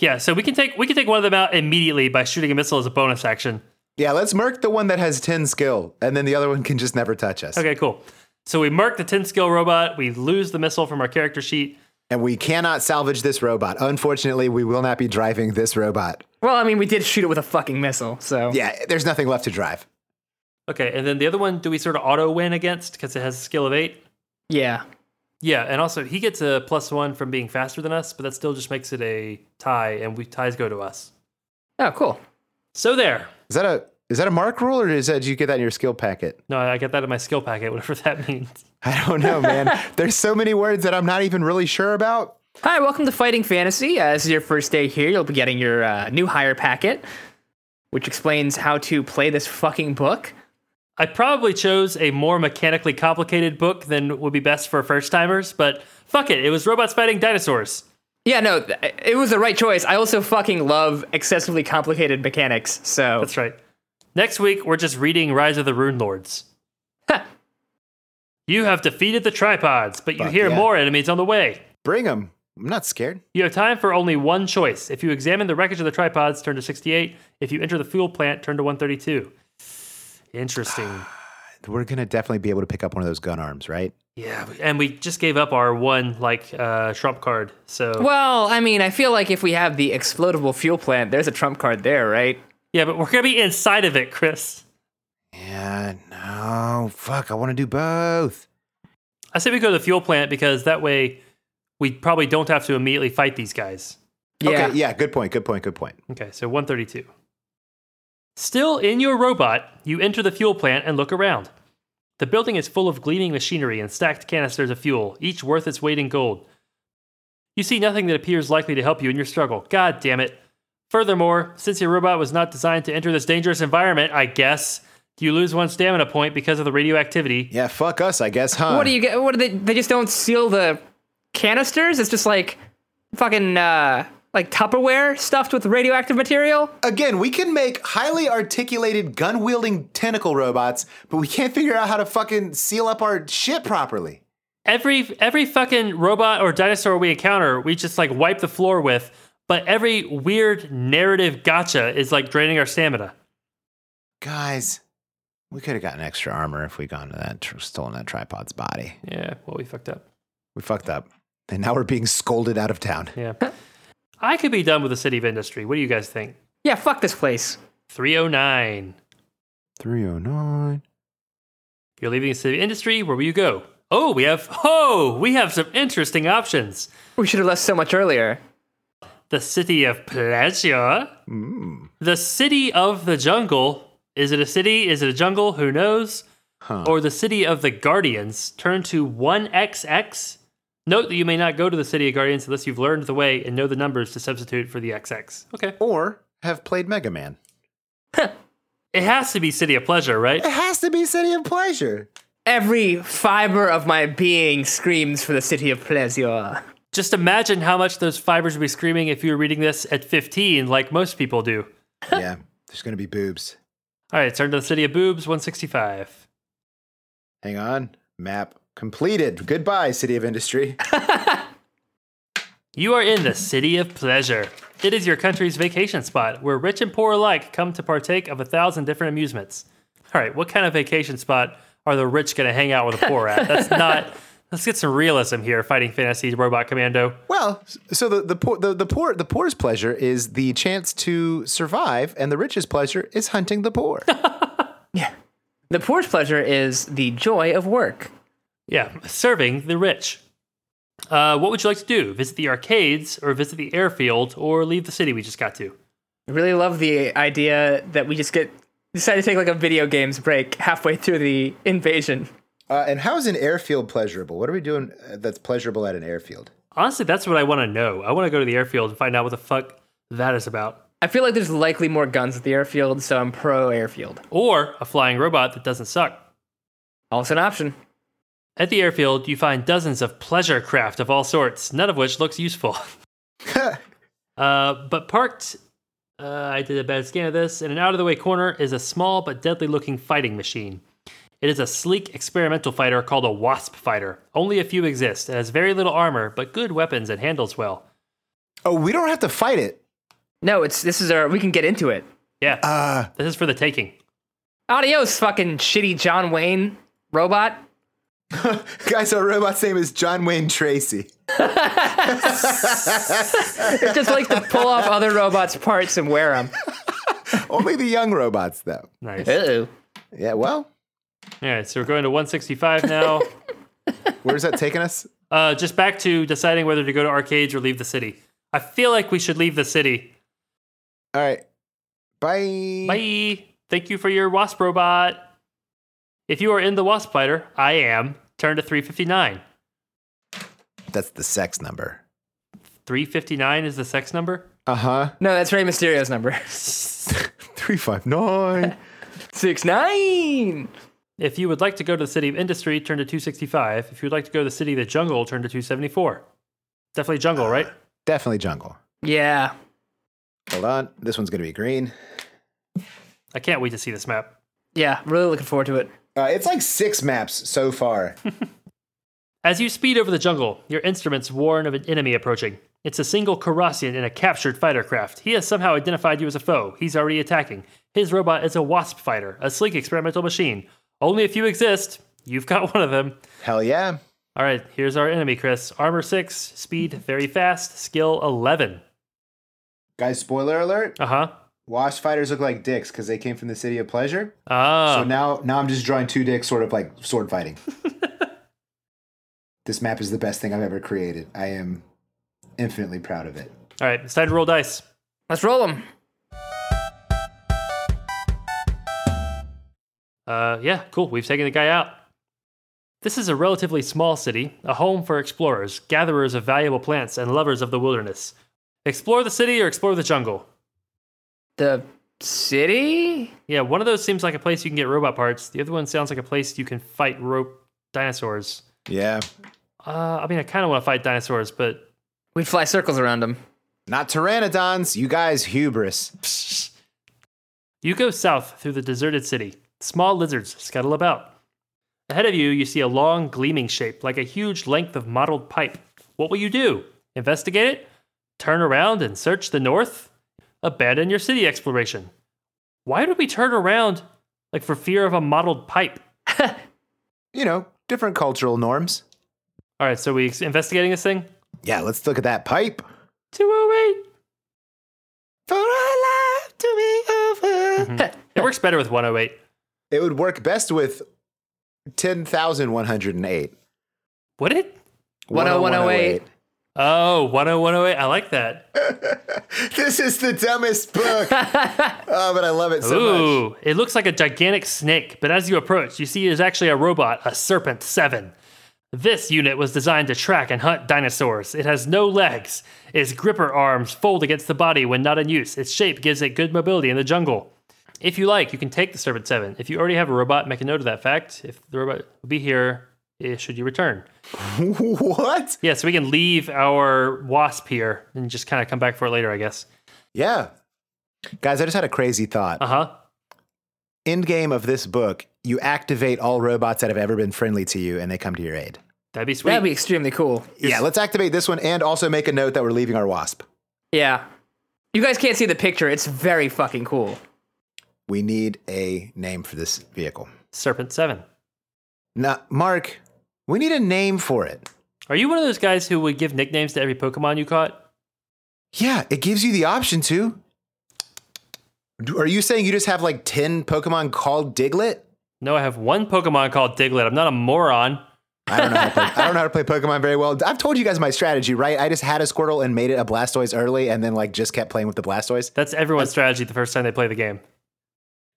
yeah, so we can take we can take one of them out immediately by shooting a missile as a bonus action. Yeah, let's murk the one that has 10 skill, and then the other one can just never touch us. Okay, cool. So we mark the 10 skill robot, we lose the missile from our character sheet. And we cannot salvage this robot. Unfortunately, we will not be driving this robot. Well, I mean, we did shoot it with a fucking missile, so. Yeah, there's nothing left to drive. Okay, and then the other one, do we sort of auto win against because it has a skill of eight? Yeah. Yeah, and also he gets a plus one from being faster than us, but that still just makes it a tie, and we ties go to us. Oh, cool. So there. Is that a is that a mark rule or is that did you get that in your skill packet? No, I get that in my skill packet, <laughs> whatever that means. I don't know, man. <laughs> There's so many words that I'm not even really sure about. Hi, welcome to Fighting Fantasy. Uh, this is your first day here. You'll be getting your uh, new hire packet, which explains how to play this fucking book. I probably chose a more mechanically complicated book than would be best for first timers, but fuck it, it was robots fighting dinosaurs. Yeah, no, th- it was the right choice. I also fucking love excessively complicated mechanics. So Oh. That's right. Next week, we're just reading Rise of the Rune Lords. Huh. You have defeated the tripods, but you Fuck hear yeah. more enemies on the way. Bring them. I'm not scared. You have time for only one choice. If you examine the wreckage of the tripods, turn to 68. If you enter the fuel plant, turn to 132. Interesting. <sighs> We're gonna definitely be able to pick up one of those gun arms, right? yeah, and we just gave up our one like uh trump card. So well, I mean, I feel like if we have the explodable fuel plant, there's a trump card there, right? yeah, but we're going to be inside of it, Chris. Yeah. No. Fuck. I want to do both. I say we go to the fuel plant because that way we probably don't have to immediately fight these guys. Yeah. Okay, yeah. Good point. Good point. Good point. Okay, so 132. Still in your robot, you enter the fuel plant and look around. The building is full of gleaming machinery and stacked canisters of fuel, each worth its weight in gold. You see nothing that appears likely to help you in your struggle. God damn it. Furthermore, since your robot was not designed to enter this dangerous environment, I guess, you lose one stamina point because of the radioactivity. Yeah. Fuck us. I guess, huh? What do you get? What do they? They just don't seal the canisters. It's just like fucking uh, like Tupperware stuffed with radioactive material. Again, we can make highly articulated gun wielding tentacle robots, but we can't figure out how to fucking seal up our shit properly. every every fucking robot or dinosaur we encounter, we just like wipe the floor with. But every weird narrative gotcha is like draining our stamina. Guys, we could have gotten extra armor if we gone to that tr- stolen that tripod's body. Yeah, well, we fucked up. We fucked up, and now we're being scolded out of town. Yeah, <laughs> I could be done with the city of industry. What do you guys think? Yeah, fuck this place. Three oh nine. Three oh nine. You're leaving the city of industry. Where will you go? Oh, we have <laughs> oh, we have some interesting options. We should have left so much earlier. The city of pleasure. The city of the jungle. Is it a city? Is it a jungle? Who knows? Huh. or the city of the Guardians, turn to 1XX. Note that you may not go to the city of Guardians unless you've learned the way and know the numbers to substitute for the XX. Okay. Or have played Mega Man. It has to be City of Pleasure, right? It has to be City of Pleasure. Every fiber of my being screams for the city of pleasure. Just imagine how much those fibers would be screaming if you were reading this at 15, like most people do. <laughs> yeah, there's gonna be boobs. All right, turn to the city of boobs, 165. Hang on. Map completed. Goodbye, City of Industry. You are in the city of pleasure. It is your country's vacation spot where rich and poor alike come to partake of a thousand different amusements. All right, what kind of vacation spot are the rich going to hang out with the poor at? That's not. Let's get some realism here, fighting fantasy robot commando. well, s- so the the poor the, the poor the poor's pleasure is the chance to survive, and the rich's pleasure is hunting the poor. Yeah. The poor's pleasure is the joy of work. Yeah, serving the rich. Uh, what would you like to do? Visit the arcades, or visit the airfield, or leave the city we just got to? I really love the idea that we just get decide to take like a video games break halfway through the invasion. uh, and how is an airfield pleasurable? What are we doing uh, that's pleasurable at an airfield? <laughs> Honestly, that's what I want to know. I want to go to the airfield and find out what the fuck that is about. I feel like there's likely more guns at the airfield, so I'm pro airfield. Or a flying robot that doesn't suck. Also an option. At the airfield, you find dozens of pleasure craft of all sorts, none of which looks useful. <laughs> Oh, uh, but parked, uh, I did a bad scan of this. In an out of the way corner is a small but deadly looking fighting machine. It is a sleek experimental fighter called a Wasp fighter. Only a few exist. It has very little armor, but good weapons and handles well. Oh, we don't have to fight it. No, it's this is our we can get into it. Yeah, Uh, this is for the taking. Adios, fucking shitty John Wayne robot. guys, our robot's name is John Wayne Tracy. It just likes to pull off other robots' parts and wear them. Only the young robots, though. Nice. All Uh-oh. Yeah. Well, right, so we're going to 165 now. where's that taking us? Uh, just back to deciding whether to go to arcades or leave the city. I feel like we should leave the city. <laughs> All right. Bye. Bye. Thank you for your wasp robot. If you are in the wasp fighter, I am. Turn to 359. That's the sex number. 359 is the sex number? Uh huh. No, that's Rey Mysterio's <laughs> number. <laughs> Three five <laughs> nine. Six nine. If you would like to go to the city of industry, turn to 265. If you would like to go to the city of the jungle, turn to 274. Definitely jungle, right? Definitely jungle. Yeah. Hold on. This one's gonna be green. I can't wait to see this map. Yeah. Really looking forward to it. Uh, it's like six maps so <laughs> far. As you speed over the jungle, your instruments warn of an enemy approaching. It's a single Carassian in a captured fighter craft. He has somehow identified you as a foe. He's already attacking. His robot is a wasp fighter, a sleek experimental machine. Only a few exist. You've got one of them. Hell yeah. All right, here's our enemy, Chris. Armor 6, speed very fast, skill 11. Guys, spoiler alert. Uh huh. Wash fighters look like dicks because they came from the city of pleasure. Ah, So now, now I'm just drawing two dicks, sort of like sword <laughs> fighting. this map is the best thing I've ever created. I am infinitely proud of it. all right, it's time to roll dice. Let's roll them. Uh, yeah, cool. We've taken the guy out. This is a relatively small city, a home for explorers, gatherers of valuable plants, and lovers of the wilderness. Explore the city or explore the jungle. The city. Yeah, one of those seems like a place you can get robot parts. The other one sounds like a place you can fight rope dinosaurs. Yeah. Uh, I mean, I kind of want to fight dinosaurs, but We'd fly circles around them. Not pteranodons. You guys, hubris. You go south through the deserted city. Small lizards scuttle about. Ahead of you, you see a long, gleaming shape, like a huge length of mottled pipe. What will you do? Investigate it? Turn around and search the north? Abandon your city exploration. Why would we turn around, like for fear of a mottled pipe? You know, different cultural norms. All right, so we ex- investigating this thing? Yeah, let's look at that pipe. 208! For our life to be over. <laughs> It works better with 108. It would work best with 10,108. Would it? 10108. Oh, 10108. I like that. This is the dumbest book. oh, but I love it so much. Ooh, it looks like a gigantic snake, but as you approach, you see it is actually a robot, a Serpent 7. This unit was designed to track and hunt dinosaurs. It has no legs. Its gripper arms fold against the body when not in use. Its shape gives it good mobility in the jungle. If you like, you can take the Serpent 7. If you already have a robot, make a note of that fact. If the robot will be here, eh, should you return? <laughs> What? Yeah, so we can leave our wasp here and just kind of come back for it later, I guess. Yeah. Guys, I just had a crazy thought. Uh huh. End game of this book, you activate all robots that have ever been friendly to you and they come to your aid. That'd be sweet. That'd be extremely cool. Yeah, let's activate this one and also make a note that we're leaving our wasp. Yeah. You guys can't see the picture. It's very fucking cool. We need a name for this vehicle. Serpent 7. Now, Mark, we need a name for it. Are you one of those guys who would give nicknames to every Pokemon you caught? Yeah, it gives you the option to. Do- Are you saying you just have like 10 Pokemon called Diglett? No, I have one Pokemon called Diglett. I'm not a moron. I don't know. How to play, I don't know how to play Pokemon very well. I've told you guys my strategy, right? I just had a Squirtle and made it a Blastoise early, and then like just kept playing with the Blastoise. That's everyone's strategy the first time they play the game.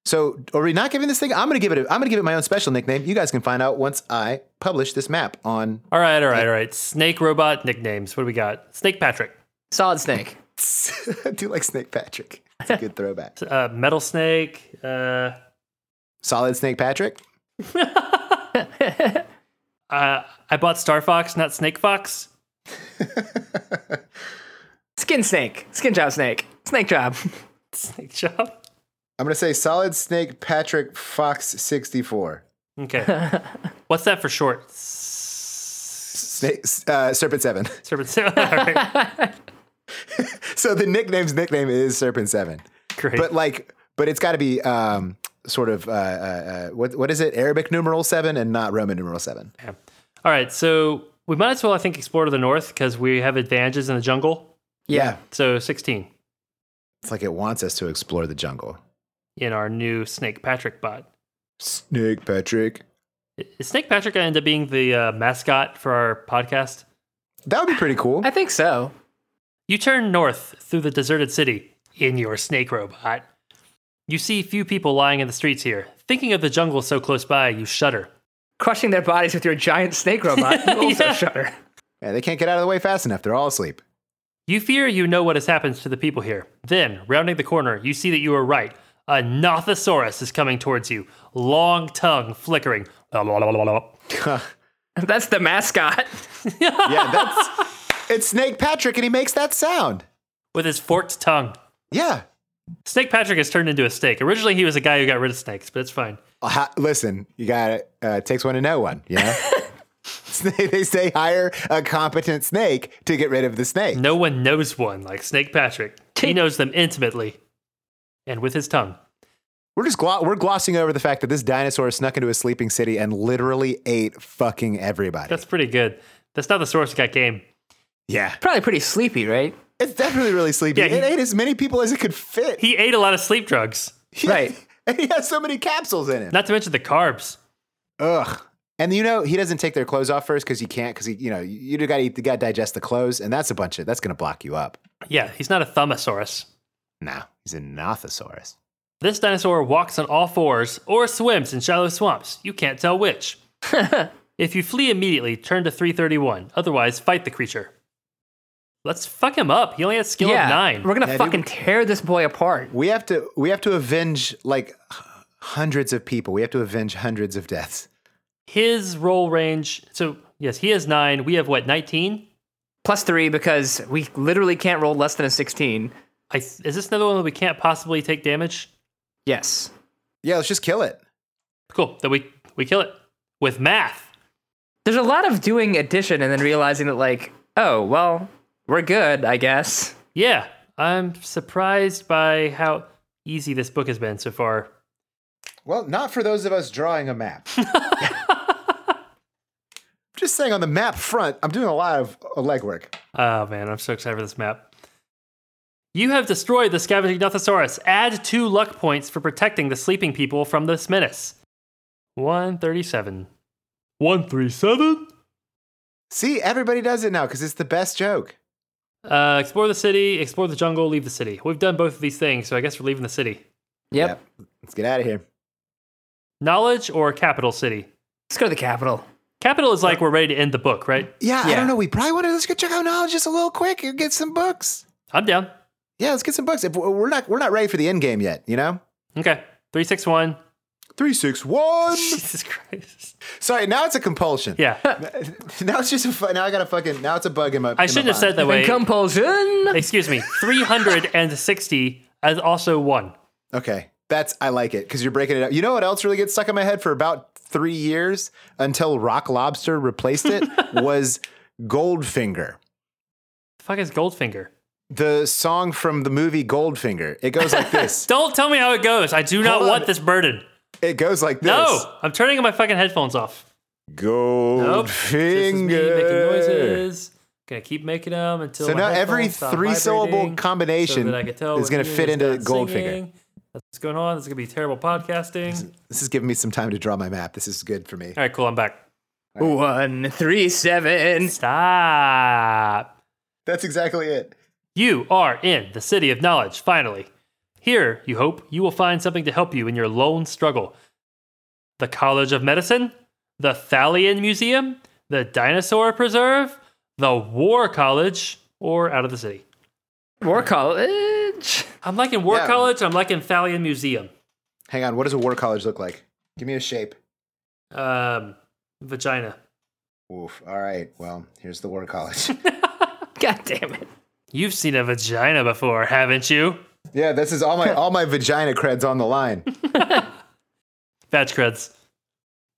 So are we not giving this thing? I'm gonna give it. A, I'm gonna give it my own special nickname. You guys can find out once I publish this map on <laughs> All right, all right, all right. Snake robot nicknames. What do we got? Snake Patrick, Solid snake. I do like Snake Patrick. It's a good throwback. uh, Metal Snake. Uh, Solid Snake Patrick. uh, I bought Star Fox, not Snake Fox. <laughs> Skin snake. Skin job snake. <laughs> Snake job. Snake Job. I'm gonna say Solid Snake Patrick Fox 64. Okay. What's that for short? S- Snake uh, Serpent Seven. <laughs> <laughs> Serpent <laughs> Seven. All right, So the nickname's nickname is Serpent Seven. great. but like, but it's got to be um, sort of uh, uh, uh, what what is it? Arabic numeral seven and not Roman numeral seven. Yeah. All right, so we might as well, I think, explore to the north because we have advantages in the jungle. Yeah. So 16 It's like it wants us to explore the jungle. in our new Snake Patrick bot. Snake Patrick. Is Snake Patrick going to end up being the uh, mascot for our podcast? That would be pretty cool. I think so. You turn north through the deserted city in your snake robot. You see few people lying in the streets here. Thinking of the jungle so close by, you shudder. Crushing their bodies with your giant <laughs> snake robot. You also Yeah. shudder. Yeah, they can't get out of the way fast enough. They're all asleep. <laughs> You fear you know what has happened to the people here. Then, rounding the corner, you see that you are right. A Nothosaurus is coming towards you, long tongue flickering. That's the mascot. Yeah, that's <laughs> it's Snake Patrick, and he makes that sound. With his forked tongue. Yeah. Snake Patrick has turned into a snake. Originally, he was a guy who got rid of snakes, but it's fine. Uh, hi- listen, you got it. Uh, it takes one to know one. <laughs> You know. <laughs> Snake- they say hire a competent snake to get rid of the snake. No one knows one like Snake Patrick. He knows them intimately and with his tongue. We're just glo- we're glossing over the fact that this dinosaur snuck into a sleeping city and literally ate fucking everybody. That's pretty good. That's not the source got game. yeah, Probably pretty sleepy, right? it's definitely really sleepy. Yeah, he- it ate as many people as it could fit. <laughs> He ate a lot of sleep drugs, right. and he has so many capsules in him. not to mention the carbs. Ugh. And you know he doesn't take their clothes off first because he can't because he you know you got to got to digest the clothes and that's a bunch of that's gonna block you up. Yeah, he's not a thumbosaurus. No, he's a nothosaurus. This dinosaur walks on all fours or swims in shallow swamps. You can't <laughs> tell which. if you flee immediately, turn to 331. Otherwise, fight the creature. Let's fuck him up. He only has skill yeah. of nine. We're gonna Yeah, dude. fucking tear this boy apart. We have to we have to avenge like h- hundreds of people. We have to avenge hundreds of deaths. His roll range. So, yes, he has nine. We have what, 19? Plus three because we literally can't roll less than a sixteen. I, is this another one that we can't possibly take damage? Yes. Yeah, let's just kill it. Cool. Then we, we kill it with math. There's a lot of doing addition and then realizing that like, oh well, we're good, I guess. Yeah, I'm surprised by how easy this book has been so far. Well, not for those of us drawing a <laughs> map. just saying on the map front, I'm doing a lot of uh, legwork. Oh man, I'm so excited for this map. You have destroyed the scavenging Nothosaurus. Add two luck points for protecting the sleeping people from this menace. 137. 137? See, everybody does it now because it's the best joke. Uh, explore the city, explore the jungle, leave the city. We've done both of these things, so I guess we're leaving the city. Yep. Let's get out of here. Knowledge or capital city? Let's go to the capital. Capital is like we're ready to end the book, right? Yeah, I Yeah. don't know. We probably want to let's go check out knowledge just a little quick and get some books. I'm down. Yeah, let's get some books. If we- we're not we're not ready for the end game yet, you know. Okay. <laughs> 361. Three six one. Jesus Christ. Sorry, now it's a compulsion. Yeah. <laughs> Now it's just a fu- now I got a fucking now it's a bug in my. I shouldn't have said that way. Compulsion. Excuse me. 360 as also one. Okay, that's I like it because you're breaking it up. You know what else really gets stuck in my head for about three years until Rock Lobster replaced it <laughs> was Goldfinger. The fuck is Goldfinger? The song from the movie Goldfinger. It goes like <laughs> this. Don't tell me how it goes. I do not Hold on. want this burden. it goes like this. No, I'm turning my fucking headphones off. Nope. This is me making Goldfinger. noises. Gonna keep making them until So my now every headphones stop three syllable vibrating so combination that I can tell is when going to you fit into start Goldfinger. singing. That's what's going on. This is gonna be terrible podcasting. All This is giving me some time to draw my map. This is good for me. right, cool. I'm back. One three seven. Stop. That's exactly it. You are in the city of knowledge, finally. Here, you hope, you will find something to help you in your lone struggle. The College of Medicine, the Thalian Museum, the Dinosaur Preserve, the War College, or out of the city. War college. <laughs> I'm liking War Yeah. College, I'm liking Thalian Museum. Hang on. What does a war college look like? Give me a shape. Um, vagina. Oof. All right. Well, here's the war <laughs> college. God damn it. You've seen a vagina before, haven't you? yeah, this is all my all my vagina creds on the line. Badge creds.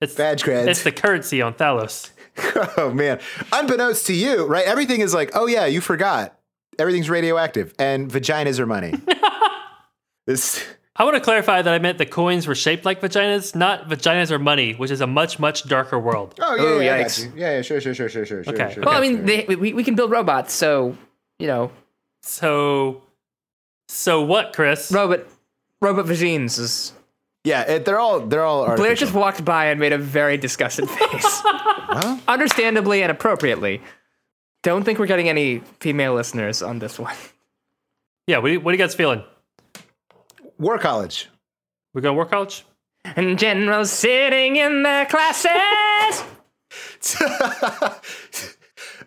It's, Badge it's creds. the currency on Thalos. <laughs> oh man. Unbeknownst to you, right? Everything is like, oh yeah, you forgot. Everything's radioactive, and vaginas are <laughs> money. this. I want to clarify that I meant the coins were shaped like vaginas, not vaginas or money, which is a much, much darker world. Oh yeah, Oh, yeah, I got yikes. you. yeah, yeah, sure, sure, sure, sure, sure, sure, Okay, sure. okay. Well, I mean, they, we, we can build robots, so you know, So, so what, Chris? robot robot vagines is Yeah, it, they're all they're all Blair artificial. just walked by and made a very disgusted <laughs> face. Understandably and appropriately. Don't think we're getting any female listeners on this one. Yeah, what do you, what do you guys feeling? War college. <laughs> We're going to work college? And generals sitting in their classes.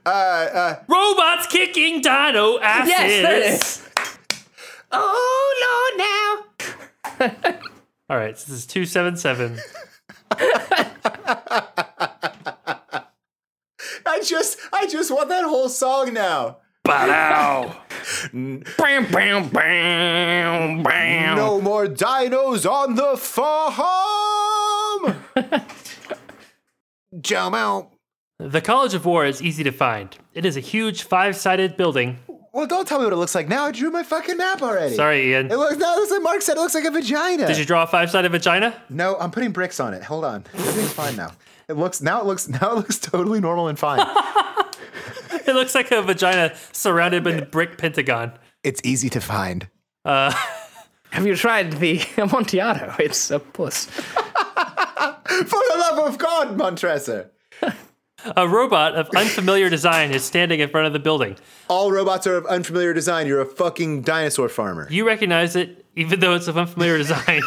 Uh, Robots kicking dino asses. <laughs> yes, that is. Oh Lord, now. All right, so this is 277. I just I just want that whole song now. <laughs> Bam, bam, bam, bam. No more dinos on the <laughs> farm. Jump out. the College of War is easy to find. It is a huge five sided building. Well, don't tell me what it looks like now. I drew my fucking map already. Sorry, Ian. It looks no. That's like Mark said. It looks like a vagina. Did you draw a five sided <laughs> vagina? No, I'm putting bricks on it. Hold on. Everything's fine now. It looks now. It looks now. It looks totally normal and fine. It looks like a vagina surrounded by a brick pentagon. <laughs> it's easy to find. Have you tried the <laughs> Amontillado? It's a puss. For the love of God, Montresor. A robot of unfamiliar design is standing in front of the building. All robots are of unfamiliar design. You're a fucking dinosaur farmer. You recognize it, even though it's of unfamiliar <laughs> design,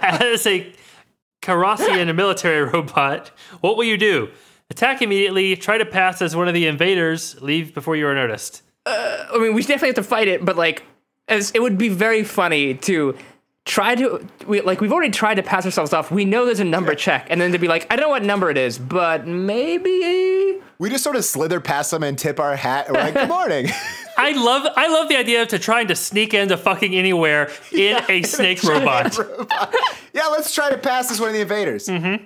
as a Carrossian military robot. What will you do? Attack immediately, try to pass as one of the invaders, leave before you are noticed. I mean, we definitely have to fight it, but like, as it would be very funny to try to we, like we've already tried to pass ourselves off. We know there's a number check, and then to be like, I don't know what number it is, but maybe We just sort of slither past them and tip our hat. And we're like, "Good <laughs> morning." I love I love the idea of to trying to sneak into fucking anywhere in a snake robot. yeah, let's try to pass as one of the invaders. Mm-hmm.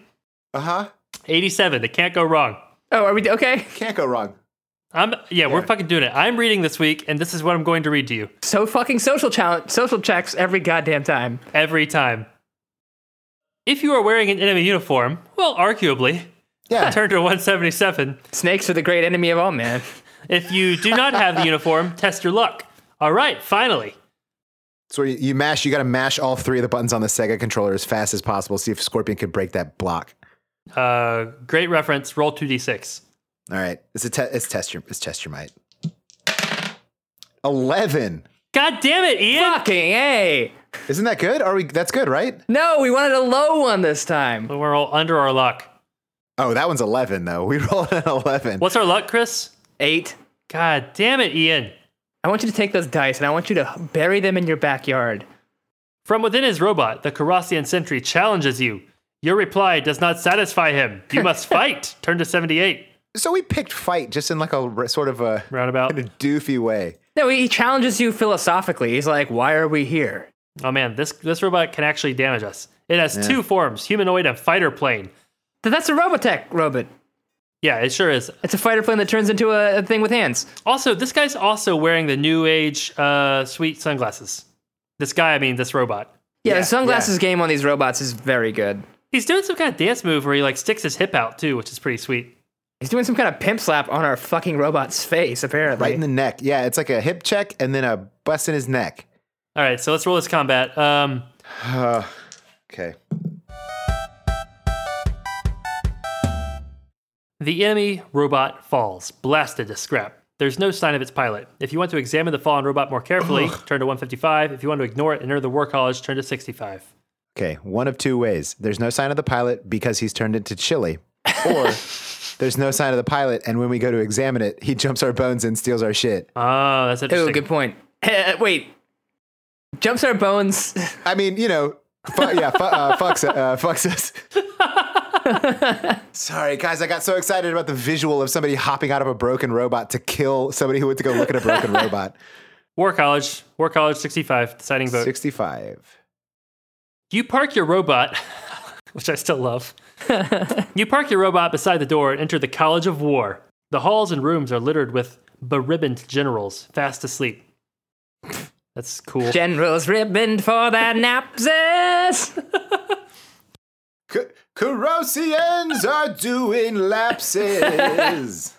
Uh huh. 87, it can't go wrong. oh, are we okay? Can't go wrong. I'm yeah, we're fucking doing it. I'm reading this week and this is what I'm going to read to you So fucking social challenge, social checks every goddamn time. every time. If you are wearing an enemy uniform, well, <laughs> arguably, <laughs> Yeah. turn to 177. Snakes are the great enemy of all <laughs> man. If you do not have the uniform, test your luck. All right, finally. So you, you mash. You got to mash all three of the buttons on the Sega controller as fast as possible. See if Scorpion can break that block. Uh, great reference. Roll 2d6. All right. It's a te- it's test your it's test your might. Eleven. God damn it, Ian! Fucking a. Isn't that good? Are we? That's good, right? No, we wanted a low one this time. We're all under our luck. Oh, that one's eleven though. We <laughs> rolled an eleven. What's our luck, Chris? Eight. God damn it, Ian. I want you to take those dice and I want you to bury them in your backyard. From within his robot, the Carrossian sentry challenges you. Your reply does not satisfy him. You must fight. Turn to 78. So we picked fight just in like a r- sort of a Roundabout. in a doofy way. No, he challenges you philosophically. He's like, why are we here? Oh man, this this robot can actually damage us. It has two forms, humanoid and fighter plane. Th- That's a Robotech robot. Yeah, it sure is. It's a fighter plane that turns into a, a thing with hands. Also, this guy's also wearing the new age uh, sweet sunglasses. This guy, I mean, this robot. Yeah, Yeah, the sunglasses game on these robots is very good. He's doing some kind of dance move where he like sticks his hip out too, which is pretty sweet. He's doing some kind of pimp slap on our fucking robot's face, apparently. Right in the neck. Yeah, it's like a hip check and then a bust in his neck. All right, so let's roll this combat. Um, Okay. The enemy robot falls, blasted to scrap. There's no sign of its pilot. If you want to examine the fallen robot more carefully, turn to 155. If you want to ignore it and enter the war college, turn to 65. Okay. One of two ways. There's no sign of the pilot because he's turned into chili, or there's no sign of the pilot, and when we go to examine it, he jumps our bones and steals our shit. Ah, that's Oh, interesting. good point. <laughs> Eh, wait. Jumps our bones. <laughs> I mean, you know, fu- yeah, fu- uh, fucks, uh, fucks us. Sorry, guys, I got so excited about the visual of somebody hopping out of a broken robot to kill somebody who went to go look at a broken robot. War college, war college 65, deciding vote. 65. You park your robot, <laughs> which I still love. you park your robot beside the door and enter the College of War. The halls and rooms are littered with beribboned generals, fast asleep. That's cool. General's ribboned for their napses. C- Corrosians are doing lapses.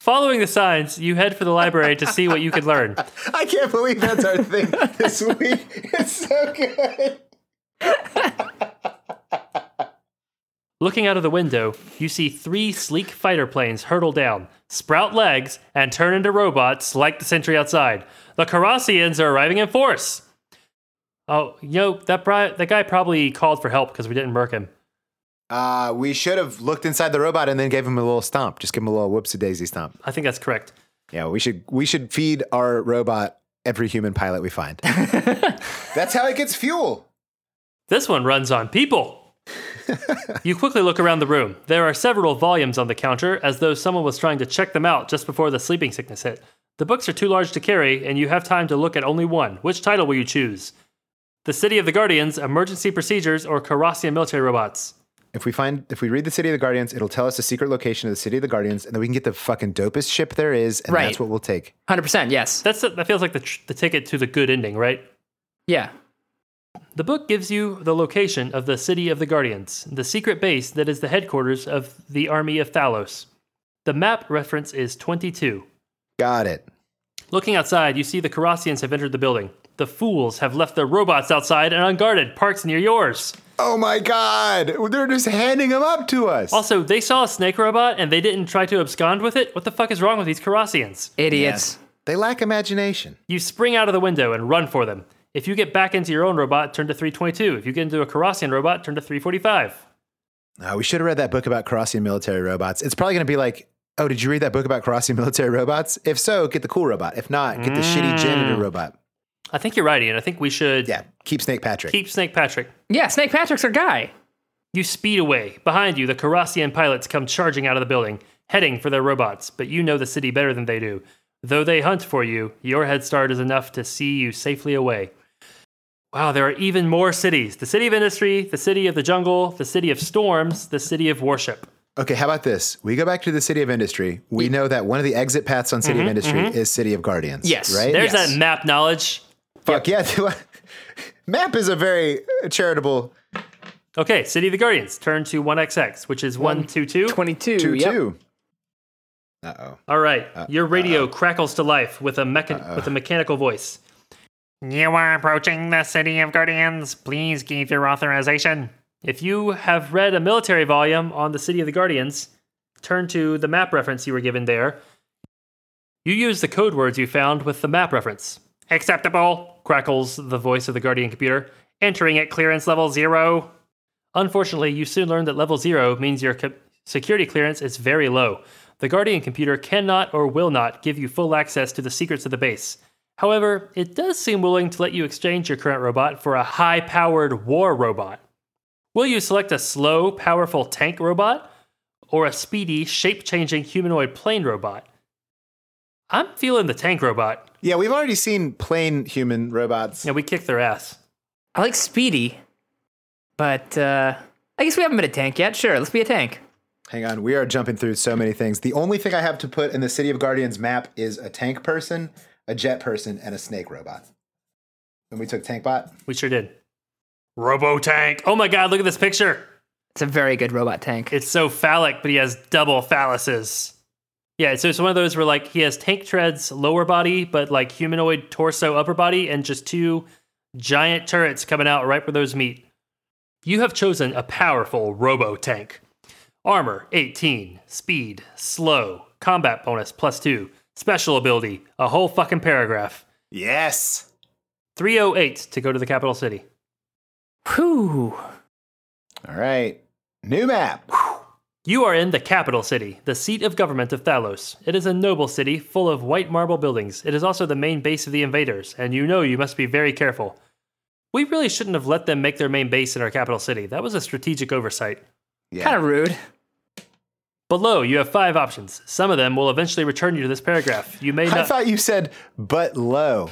Following the signs, you head for the library to see what you could learn. I can't believe that's our thing this week. It's so good. Looking out of the window, you see three sleek fighter planes hurtle down, sprout legs, and turn into robots like the sentry outside. The Cardassians are arriving in force. Oh, you know, that, bri- that guy probably called for help because we didn't murk him. Uh, we should have looked inside the robot and then gave him a little stomp. Just give him a little whoopsie daisy stomp. I think that's correct. Yeah, we should we should feed our robot every human pilot we find. That's how it gets fuel. This one runs on people. you quickly look around the room. There are several volumes on the counter, as though someone was trying to check them out just before the sleeping sickness hit. The books are too large to carry, and you have time to look at only one. Which title will you choose? The City of the Guardians, Emergency Procedures, or Cardassian Military Robots? If we find if we read the City of the Guardians, it'll tell us the secret location of the City of the Guardians, and then we can get the fucking dopest ship there is, and Right. that's what we'll take. 100%, yes. That's that feels like the, tr- the ticket to the good ending, right? Yeah. The book gives you the location of the City of the Guardians, the secret base that is the headquarters of the army of Thalos. The map reference is 22. Got it. Looking outside, you see the Cardassians have entered the building. The fools have left their robots outside and unguarded, parked near yours. Oh my god, they're just handing them up to us. Also, they saw a snake robot and they didn't try to abscond with it. What the fuck is wrong with these Cardassians? Idiots. They lack imagination. You spring out of the window and run for them. If you get back into your own robot, turn to 322. If you get into a Cardassian robot, turn to 345. Uh, we should have read that book about Cardassian military robots. It's probably going to be like, oh, did you read that book about Cardassian <laughs> military robots? If so, get the cool robot. If not, get the shitty janitor robot. I think you're right, Ian. I think we should Yeah, keep Snake Patrick. keep Snake Patrick. Yeah, Snake Patrick's our guy. You speed away. Behind you, the Cardassian pilots come charging out of the building, heading for their robots, but you know the city better than they do. Though they hunt for you, your head start is enough to see you safely away. Wow, there are even more cities the city of industry, the city of the jungle, the city of storms, the city of worship. Okay, how about this? We go back to the City of Industry. We know that one of the exit paths on City of Industry is City of Guardians. Mm-hmm, Yes, Right? There's Yes. that map knowledge. Fuck yeah. <laughs> Map is a very charitable Okay, City of the Guardians, turn to 1XX, which is 122. 22. 2 yep. 2. Uh oh. All right, your radio crackles to life with a mechan- with a mechanical voice. You are approaching the City of Guardians. Please give your authorization. If you have read a military volume on the City of the Guardians, turn to the map reference you were given there. You use the code words you found with the map reference. Acceptable, crackles the voice of the Guardian computer, entering at clearance level zero. Unfortunately, you soon learn that level zero means your co- security clearance is very low. The Guardian computer cannot or will not give you full access to the secrets of the base. However, it does seem willing to let you exchange your current robot for a high powered war robot. Will you select a slow, powerful tank robot or a speedy, shape changing humanoid plane robot? I'm feeling the tank robot. Yeah, we've already seen plain human robots. Yeah, we kicked their ass. I like Speedy, but uh, I guess we haven't been a tank yet. Sure, let's be a tank. Hang on, we are jumping through so many things. The only thing I have to put in the City of Guardians map is a tank person, a jet person, and a snake robot. And we took tank bot. We sure did. Robo tank. Oh my god, look at this picture. It's a very good robot tank. It's so phallic, but he has double phalluses. Yeah, so it's one of those where like he has tank treads lower body, but like humanoid torso upper body, and just two giant turrets coming out right where those meet. You have chosen a powerful robo tank. Armor 18, speed, slow, combat bonus plus 2, special ability, a whole fucking paragraph. Yes. 308 to go to the capital city. Whew. All right. New map. You are in the capital city, the seat of government of Thalos. It is a noble city full of white marble buildings. It is also the main base of the invaders, and you know you must be very careful. We really shouldn't have let them make their main base in our capital city. That was a strategic oversight. Yeah. Kind of rude. Below, you have five options. Some of them will eventually return you to this paragraph. You may I not. thought you said, but low.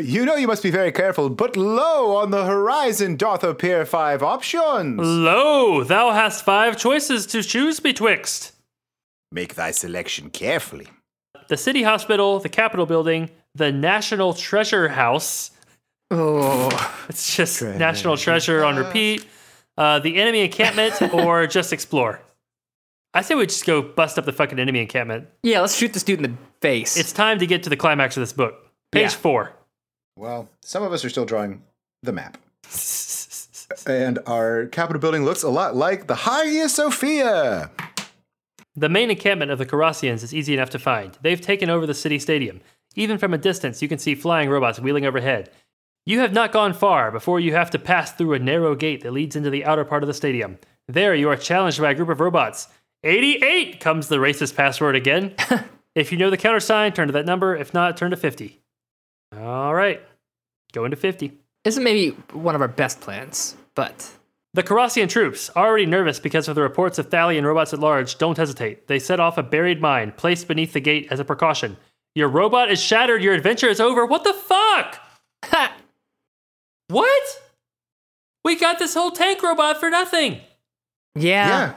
you know you must be very careful, but low on the horizon doth appear five options. Lo, thou hast five choices to choose betwixt. Make thy selection carefully. The city hospital, the capitol building, the national treasure house, Oh, It's just National Treasure on repeat. Uh, the enemy encampment or just explore. I say we just go bust up the fucking enemy encampment. yeah. Let's shoot this dude in the face. It's time to get to the climax of this book. Page Yeah. four. Well, some of us are still drawing the map. And our Capitol building looks a lot like the Hagia Sophia. The main encampment of the Carassians is easy enough to find. They've taken over the city stadium. Even from a distance, you can see flying robots wheeling overhead. You have not gone far before you have to pass through a narrow gate that leads into the outer part of the stadium. There, you are challenged by a group of robots. 88 comes the racist password again. if you know the countersign, turn to that number. If not, turn to 50. All right, go into 50. This is maybe one of our best plans, but <laughs> The Carassian troops, already nervous because of the reports of Thalian robots at large, don't hesitate. They set off a buried mine placed beneath the gate as a precaution. Your robot is shattered, your adventure is over. What the fuck? ha! What? We got this whole tank robot for nothing. Yeah.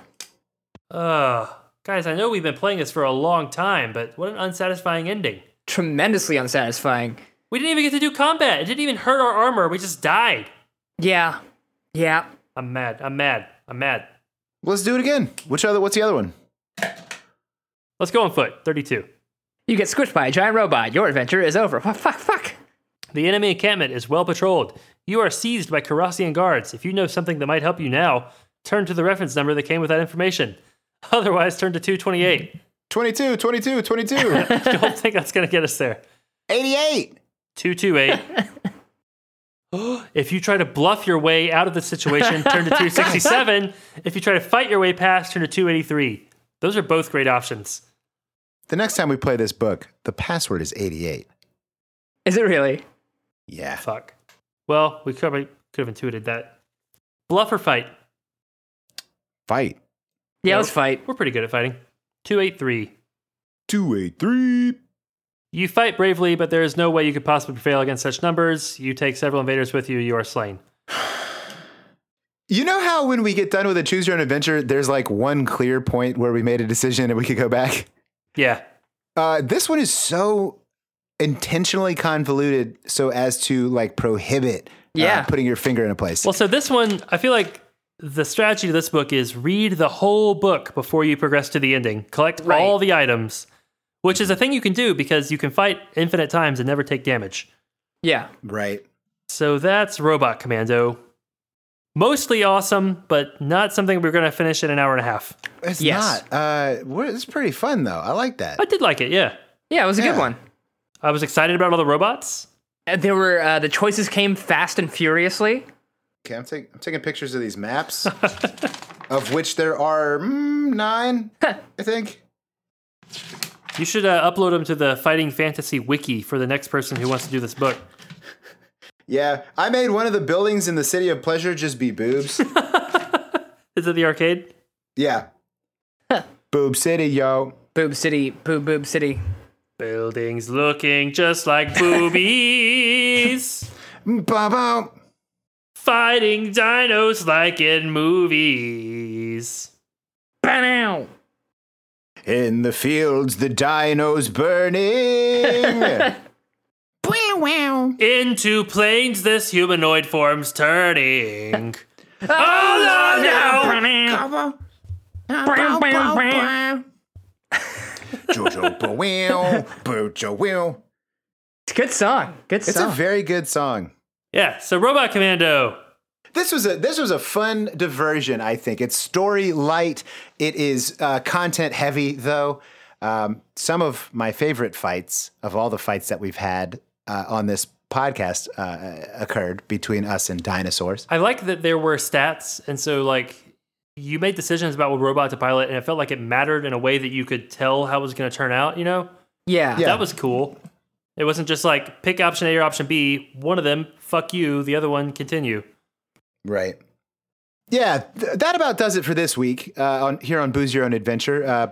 yeah. Ugh. Guys, I know we've been playing this for a long time, but what an unsatisfying ending. tremendously unsatisfying. We didn't even get to do combat. It didn't even hurt our armor. We just died. Yeah. Yeah. I'm mad. I'm mad. I'm mad. Let's do it again. Which other? What's the other one? Let's go on foot. 32. You get squished by a giant robot. Your adventure is over. Fuck, fuck, fuck. The enemy encampment is well patrolled. You are seized by Carassian guards. If you know something that might help you now, turn to the reference number that came with that information. <laughs> Otherwise, turn to 228. 22, 22, 22, <laughs> Don't think that's going to get us there. 88. 228. <gasps> if you try to bluff your way out of the situation, turn to 267. If you try to fight your way past, turn to 283. Those are both great options. The next time we play this book, the password is 88. Is it really? Yeah. Fuck. Well, we probably could have intuited that. Bluff or fight? Fight. Yeah, Nope. let's fight. We're pretty good at fighting. 283. 283. You fight bravely, but there is no way you could possibly prevail against such numbers. You take several invaders with you, you are slain. You know how when we get done with a choose your own adventure, there's like one clear point where we made a decision and we could go back? <laughs> Yeah. Uh, this one is so intentionally convoluted so as to like prohibit uh, Yeah. putting your finger in a place. Well, so this one, I feel like the strategy of this book is read the whole book before you progress to the ending. Collect Right. all the items, which is a thing you can do because you can fight infinite times and never take damage. Yeah. right. So that's Robot Commando. Mostly awesome, but not something we're going to finish in an hour and a half. It's Yes. not. Uh, we're, it's pretty fun though. I like that. I did like it, yeah. Yeah, it was a Yeah. good one. I was excited about all the robots. Uh, There were uh, the choices came fast and furiously. Okay, I'm, take, I'm taking pictures of these <laughs> maps, of which there are mm, <laughs> nine, I think. You should uh, upload them to the Fighting Fantasy Wiki for the next person who wants to do this book. Yeah, I made one of the buildings in the City of Pleasure just be <laughs> boobs. Is it the arcade? yeah. Boob City, yo. Boob City, boob boob city. Buildings looking just like boobies. Ba-ba. Fighting dinos like in movies. Bow. In the fields, the dinos burning. Into planes, this humanoid form's turning. oh no, no! Jojo Bow, Bojo Will. It's a good song. Good It's song. a very good song. Yeah, so Robot Commando. This was a this was a fun diversion. I think it's story light. It is uh, content heavy though. Um, some of my favorite fights of all the fights that we've had uh, on this podcast uh, occurred between us and dinosaurs. I like that there were stats, and so like you made decisions about what robot to pilot, and it felt like it mattered in a way that you could tell how it was going to turn out. You know, yeah. Yeah. that was cool. It wasn't just like pick option A or option B. One of them, fuck you. The other one, continue. Right. Yeah, th- that about does it for this week uh, on here on Booze Your Own Adventure. Uh,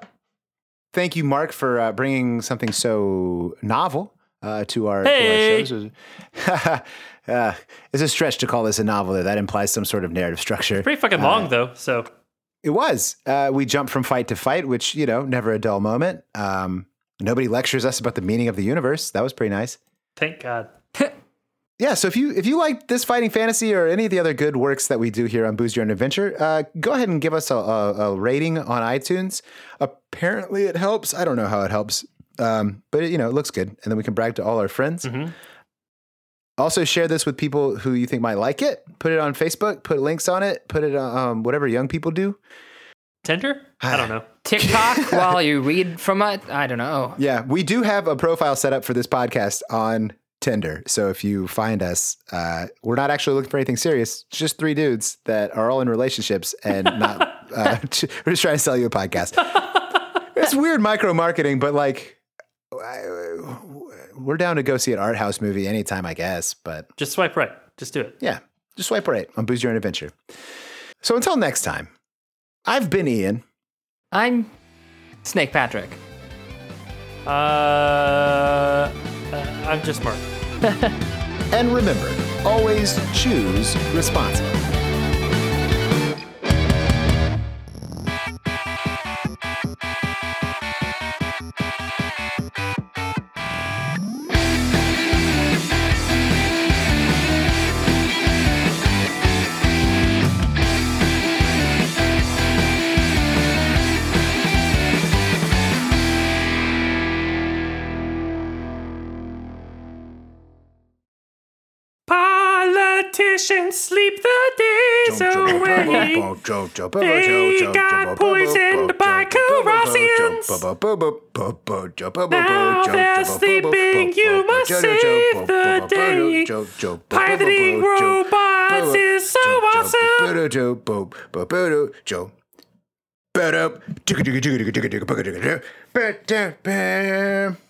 thank you, Mark, for uh, bringing something so novel uh, to our, to our Hey! shows. <laughs> uh, it's a stretch to call this a novel. though. That implies some sort of narrative structure. Pretty fucking long though. So It was. Uh, we jump from fight to fight, which you know, never a dull moment. Um, nobody lectures us about the meaning of the universe. That was pretty nice. thank God. yeah so if you if you like this fighting fantasy or any of the other good works that we do here on booze your own adventure uh, go ahead and give us a, a, a rating on itunes apparently it helps i don't know how it helps um, but it, you know it looks good and then we can brag to all our friends Also, share this with people who you think might like it. Put it on Facebook. Put links on it. Put it on um, whatever young people do. Tinder? I don't know. TikTok while you read from it. I don't know. Yeah, we do have a profile set up for this podcast on Tinder. So if you find us, uh, we're not actually looking for anything serious. It's just three dudes that are all in relationships and not. Uh, <laughs> we're just trying to sell you a podcast. it's weird micro marketing, but like, I- we're down to go see an art house movie anytime, I guess. But Just swipe right. Just do it. yeah, just swipe right on Booze Your Own Adventure. So until next time, I've been Ian. I'm Snake Patrick. Uh, uh I'm just Mark. And remember, always choose responsibly. Politicians sleep the days away. They got poisoned by Cardassians. Now they're sleeping, you must save the day. Piloting robots is so awesome. awesome.